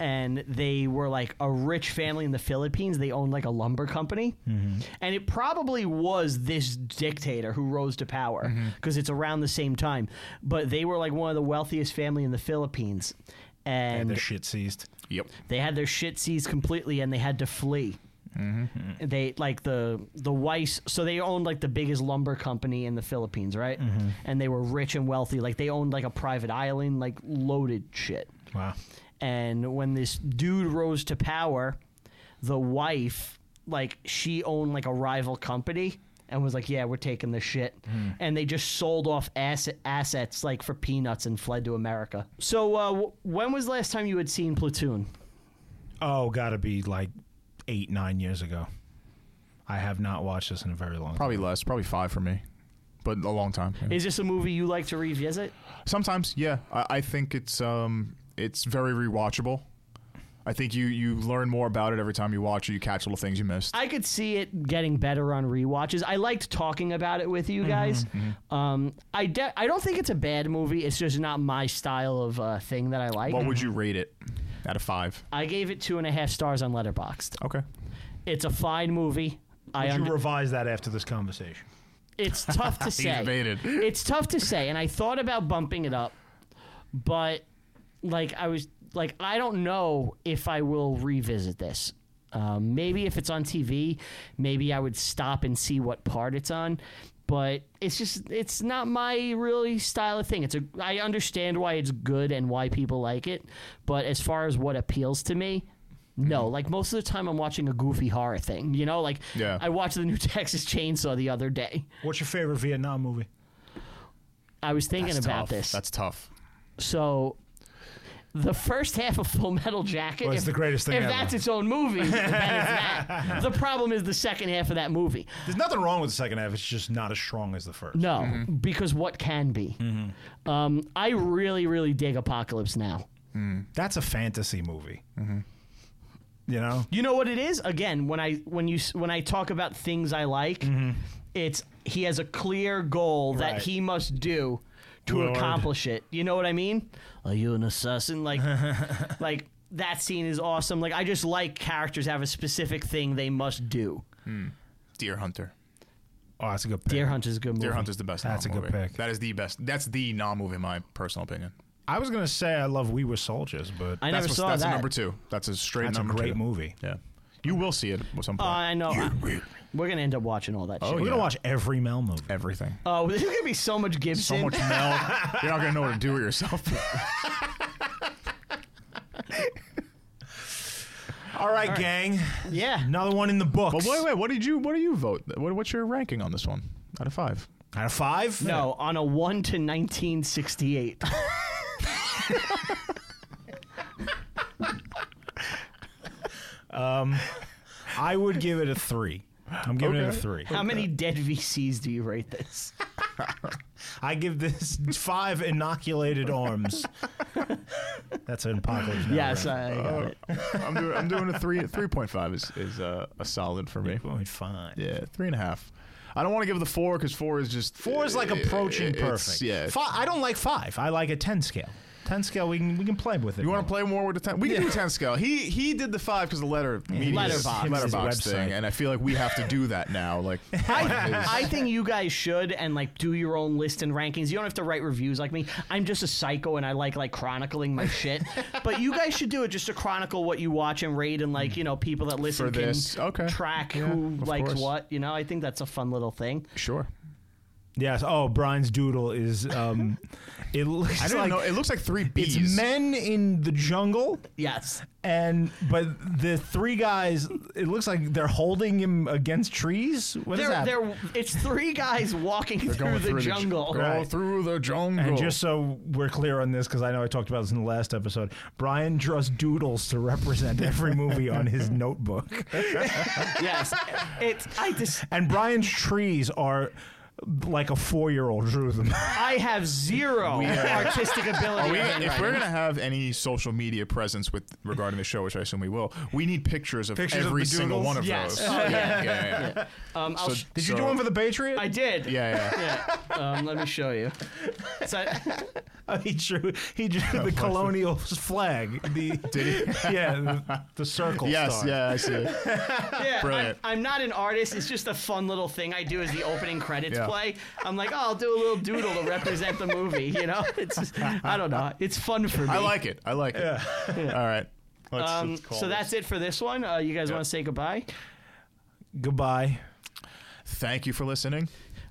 A: and they were like a rich family in the Philippines. They owned like a lumber company, and it probably was this dictator who rose to power because it's around the same time. But they were like one of the wealthiest family in the Philippines,
C: and
A: and
C: the shit ceased.
B: Yep.
A: they had their shit seized completely and they had to flee. They like the the Weiss, so they owned like the biggest lumber company in the Philippines, right? And they were rich and wealthy. Like they owned like a private island, like loaded shit.
C: Wow.
A: And when this dude rose to power, the wife, like she owned like a rival company and was like, "Yeah, we're taking this shit." And they just sold off asset, assets like for peanuts and fled to America. So uh, w- when was the last time you had seen Platoon?
C: Oh, gotta be like eight, nine years ago. I have not watched this in a very long time.
B: Probably less. Probably five for me, but a long time. yeah.
A: Is this a movie you like to revisit?
B: Sometimes, yeah. I, I think it's um it's very rewatchable. I think you you learn more about it every time you watch it. You catch little things you missed.
A: I could see it getting better on rewatches. I liked talking about it with you
C: Mm-hmm,
A: guys. Um, I de- I don't think it's a bad movie. It's just not my style of uh, thing that I like.
B: what would you rate it out of five?
A: I gave it two and a half stars on Letterboxd.
B: Okay.
A: It's a fine movie. I
C: Would
A: under-
C: you revise that after this conversation?
A: it's tough to say.
B: evaded.
A: It's tough to say, and I thought about bumping it up, but like I was like I don't know if I will revisit this. Um, maybe if it's on TV, maybe I would stop and see what part it's on. But it's just it's not my really style of thing. It's a I understand why it's good and why people like it, but as far as what appeals to me.
B: Mm-hmm.
A: No, like most of the time, I'm watching a goofy horror thing. You know, like
B: Yeah.
A: I watched the new Texas Chainsaw the other day.
C: What's your favorite Vietnam movie?
A: I was thinking
B: That's
A: about
B: tough.
A: this.
B: That's tough.
A: so the first half of Full Metal Jacket
C: Well, it's
A: if-
C: the greatest thing
A: If
C: ever.
A: that's its own movie, then it's that. The problem is the second half of that movie.
C: There's nothing wrong with the second half. It's just not as strong as the first.
A: No,
C: Mm-hmm.
A: because what can be? Um, I really, really dig Apocalypse Now.
C: That's a fantasy movie. You know?
A: You know what it is? Again, when I when you s- when I talk about things I like, it's he has a clear goal that
C: Right.
A: he must do to
C: Lord.
A: accomplish it. You know what I mean? Are you an assassin? Like, like that scene is awesome. Like, I just like characters have a specific thing they must do.
B: Deer Hunter.
C: Oh, that's a good pick.
A: Deer Hunter's a good movie.
B: Deer Hunter's the best.
C: That's
B: Nam
C: a good
B: movie.
C: pick.
B: That is the best. That's the non movie in my personal opinion.
C: I was gonna say I love We Were Soldiers, but
A: I
B: that's
A: never
B: what's-
A: saw
B: that's
A: that.
B: a number two. That's a straight
C: that's a
B: number
C: great
B: two.
C: movie.
B: Yeah. You will see it at some
A: Uh,
B: point.
A: I know. We're gonna end up watching all that
C: We're
A: shit.
B: Oh, yeah.
C: gonna watch every Mel movie.
B: Everything.
A: Oh, there's gonna be so much
B: so
A: Gibson.
B: much Mel. You're not gonna know what to do with yourself.
C: All right, gang.
A: yeah.
C: Another one in the books.
B: but wait, wait. What did you? What do you vote? What, what's your ranking on this one? Out of five.
C: Out of five?
A: No, on a one to nineteen sixty eight.
C: I would give it a three. I'm giving it a
B: Okay.
C: three.
A: How many dead VCs do you rate this?
C: I give this five inoculated arms. That's an apocalypse. Now,
A: yes,
C: right?
A: I got it.
B: Uh, I'm doing. I'm doing a three. Three point five is is uh, a solid for me.
C: Point five.
B: Yeah, three and a half. I don't want to give it the four because four is just uh,
C: Four is like approaching
B: it's-
C: perfect.
B: Yeah.
C: Fi- I don't like five. I like a ten scale. Ten scale. We can we can play with it.
B: You want to play more with the ten? We can do a ten scale. He he did the five because the letter media-
A: Letterbox. His
B: letterbox thing,
C: website.
B: and I feel like we have to do that now. Like
A: I think you guys should and like do your own list and rankings. You don't have to write reviews like me. I'm just a psycho and I like like chronicling my shit. but you guys should do it just to chronicle what you watch and rate and like you know people that listen
B: For
A: can
B: this, okay.
A: track
B: Yeah,
A: who
B: of
A: likes
B: course.
A: what. You know, I think that's a fun little thing.
B: sure.
C: Yes. Oh, Brian's doodle is. Um, it looks
B: I don't
C: like
B: know. It looks like three
C: it's
B: bees.
C: men in the jungle,
A: Yes.
C: and but the three guys. It looks like they're holding him against trees. What is
A: They're,
C: that?
A: they're, it's three guys walking through,
B: Going
A: the
B: ju-
A: jungle.
B: Go
C: Right.
B: through the jungle.
C: and just so we're clear on this, because I know I talked about this in the last episode, Brian draws doodles to represent every movie on his notebook.
A: yes. It's I just
C: And Brian's trees are like a four year old drew them.
A: I have zero artistic ability.
B: Are we-
A: in
B: if
A: handwriting.
B: we're gonna have any social media presence with regarding the show, which I assume we will, we need pictures of
C: Pictures of
B: every
C: the
B: single
C: doodles?
B: one of
A: Yes.
B: those. yeah, yeah, yeah.
A: um, I'll
B: So-
A: sh-
C: Did you do
B: so-
C: one for the Patriot?
A: I did.
B: Yeah, yeah.
A: Yeah. Um, let me show you. So,
C: he drew he drew the colonial flag. The yeah, the, the circle.
B: yes,
C: star.
B: yeah, I see. it.
A: yeah,
B: Brilliant.
A: I'm, I'm not an artist. It's just a fun little thing I do as the opening credits
B: Yeah.
A: play. I'm like, oh, I'll do a little doodle to represent the movie. You know, it's just, I don't know. It's fun for me.
B: I like it. I like it. All right. Let's,
A: Um,
B: let's call
A: so
B: this.
A: that's it for this one. Uh, you guys want to say goodbye?
C: Goodbye.
B: Thank you for listening.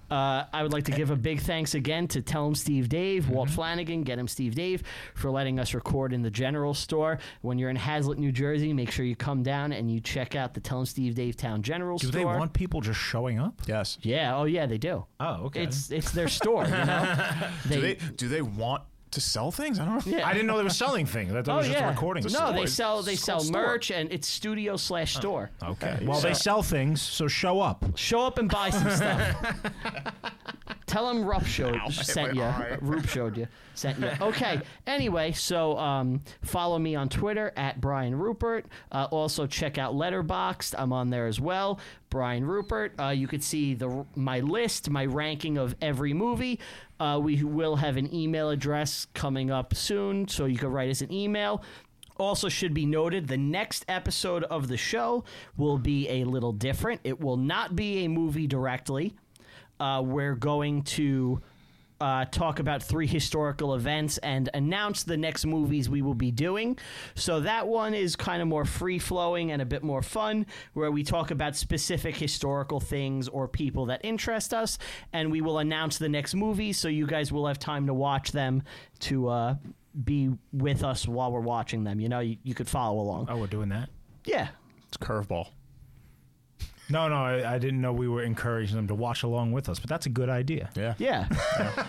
A: Uh, I would like to give a big thanks again to Tell 'em Steve Dave, Walt Flanagan, Get 'em Steve Dave, for letting us record in the general store. When you're in Hazlitt, New Jersey, make sure you come down and you check out the Tell 'em Steve Dave Town General
C: Do
A: Store.
C: they want people just showing up?
B: Yes.
A: Yeah. Oh, yeah, they do.
C: Oh, okay.
A: It's it's their store. You know?
B: Do they do they want to sell things? I don't know.
A: Yeah.
C: I didn't know they were selling things. I thought it
A: Oh
C: was just
A: yeah.
C: a recording.
A: No,
C: store.
A: they sell they
B: It's
A: sell
B: called store.
A: merch and it's studio slash store.
C: Okay. Well, they sell things, so show up.
A: Show up and buy some stuff. Tell them Rup showed sent you. Roop showed you. Sent you. Okay. Anyway, so um, follow me on Twitter at Brian Rupert. Uh, also check out Letterboxd. I'm on there as well. Brian Rupert. Uh, you could see the my list, my ranking of every movie. Uh, we will have an email address coming up soon, so you can write us an email. Also, should be noted the next episode of the show will be a little different. It will not be a movie directly. Uh, we're going to uh, talk about three historical events and announce the next movies we will be doing. So that one is kind of more free flowing and a bit more fun, where we talk about specific historical things or people that interest us, and we will announce the next movie so you guys will have time to watch them to. Uh, be with us while we're watching them. You know, you, you could follow along.
C: Oh, we're doing that.
A: Yeah.
B: It's curveball.
C: No, no, I, I didn't know we were encouraging them to watch along with us, but that's a good idea.
B: Yeah.
A: Yeah.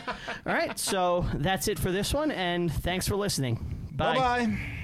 A: All right. So that's it for this one. And thanks for listening. Bye.
C: Bye bye.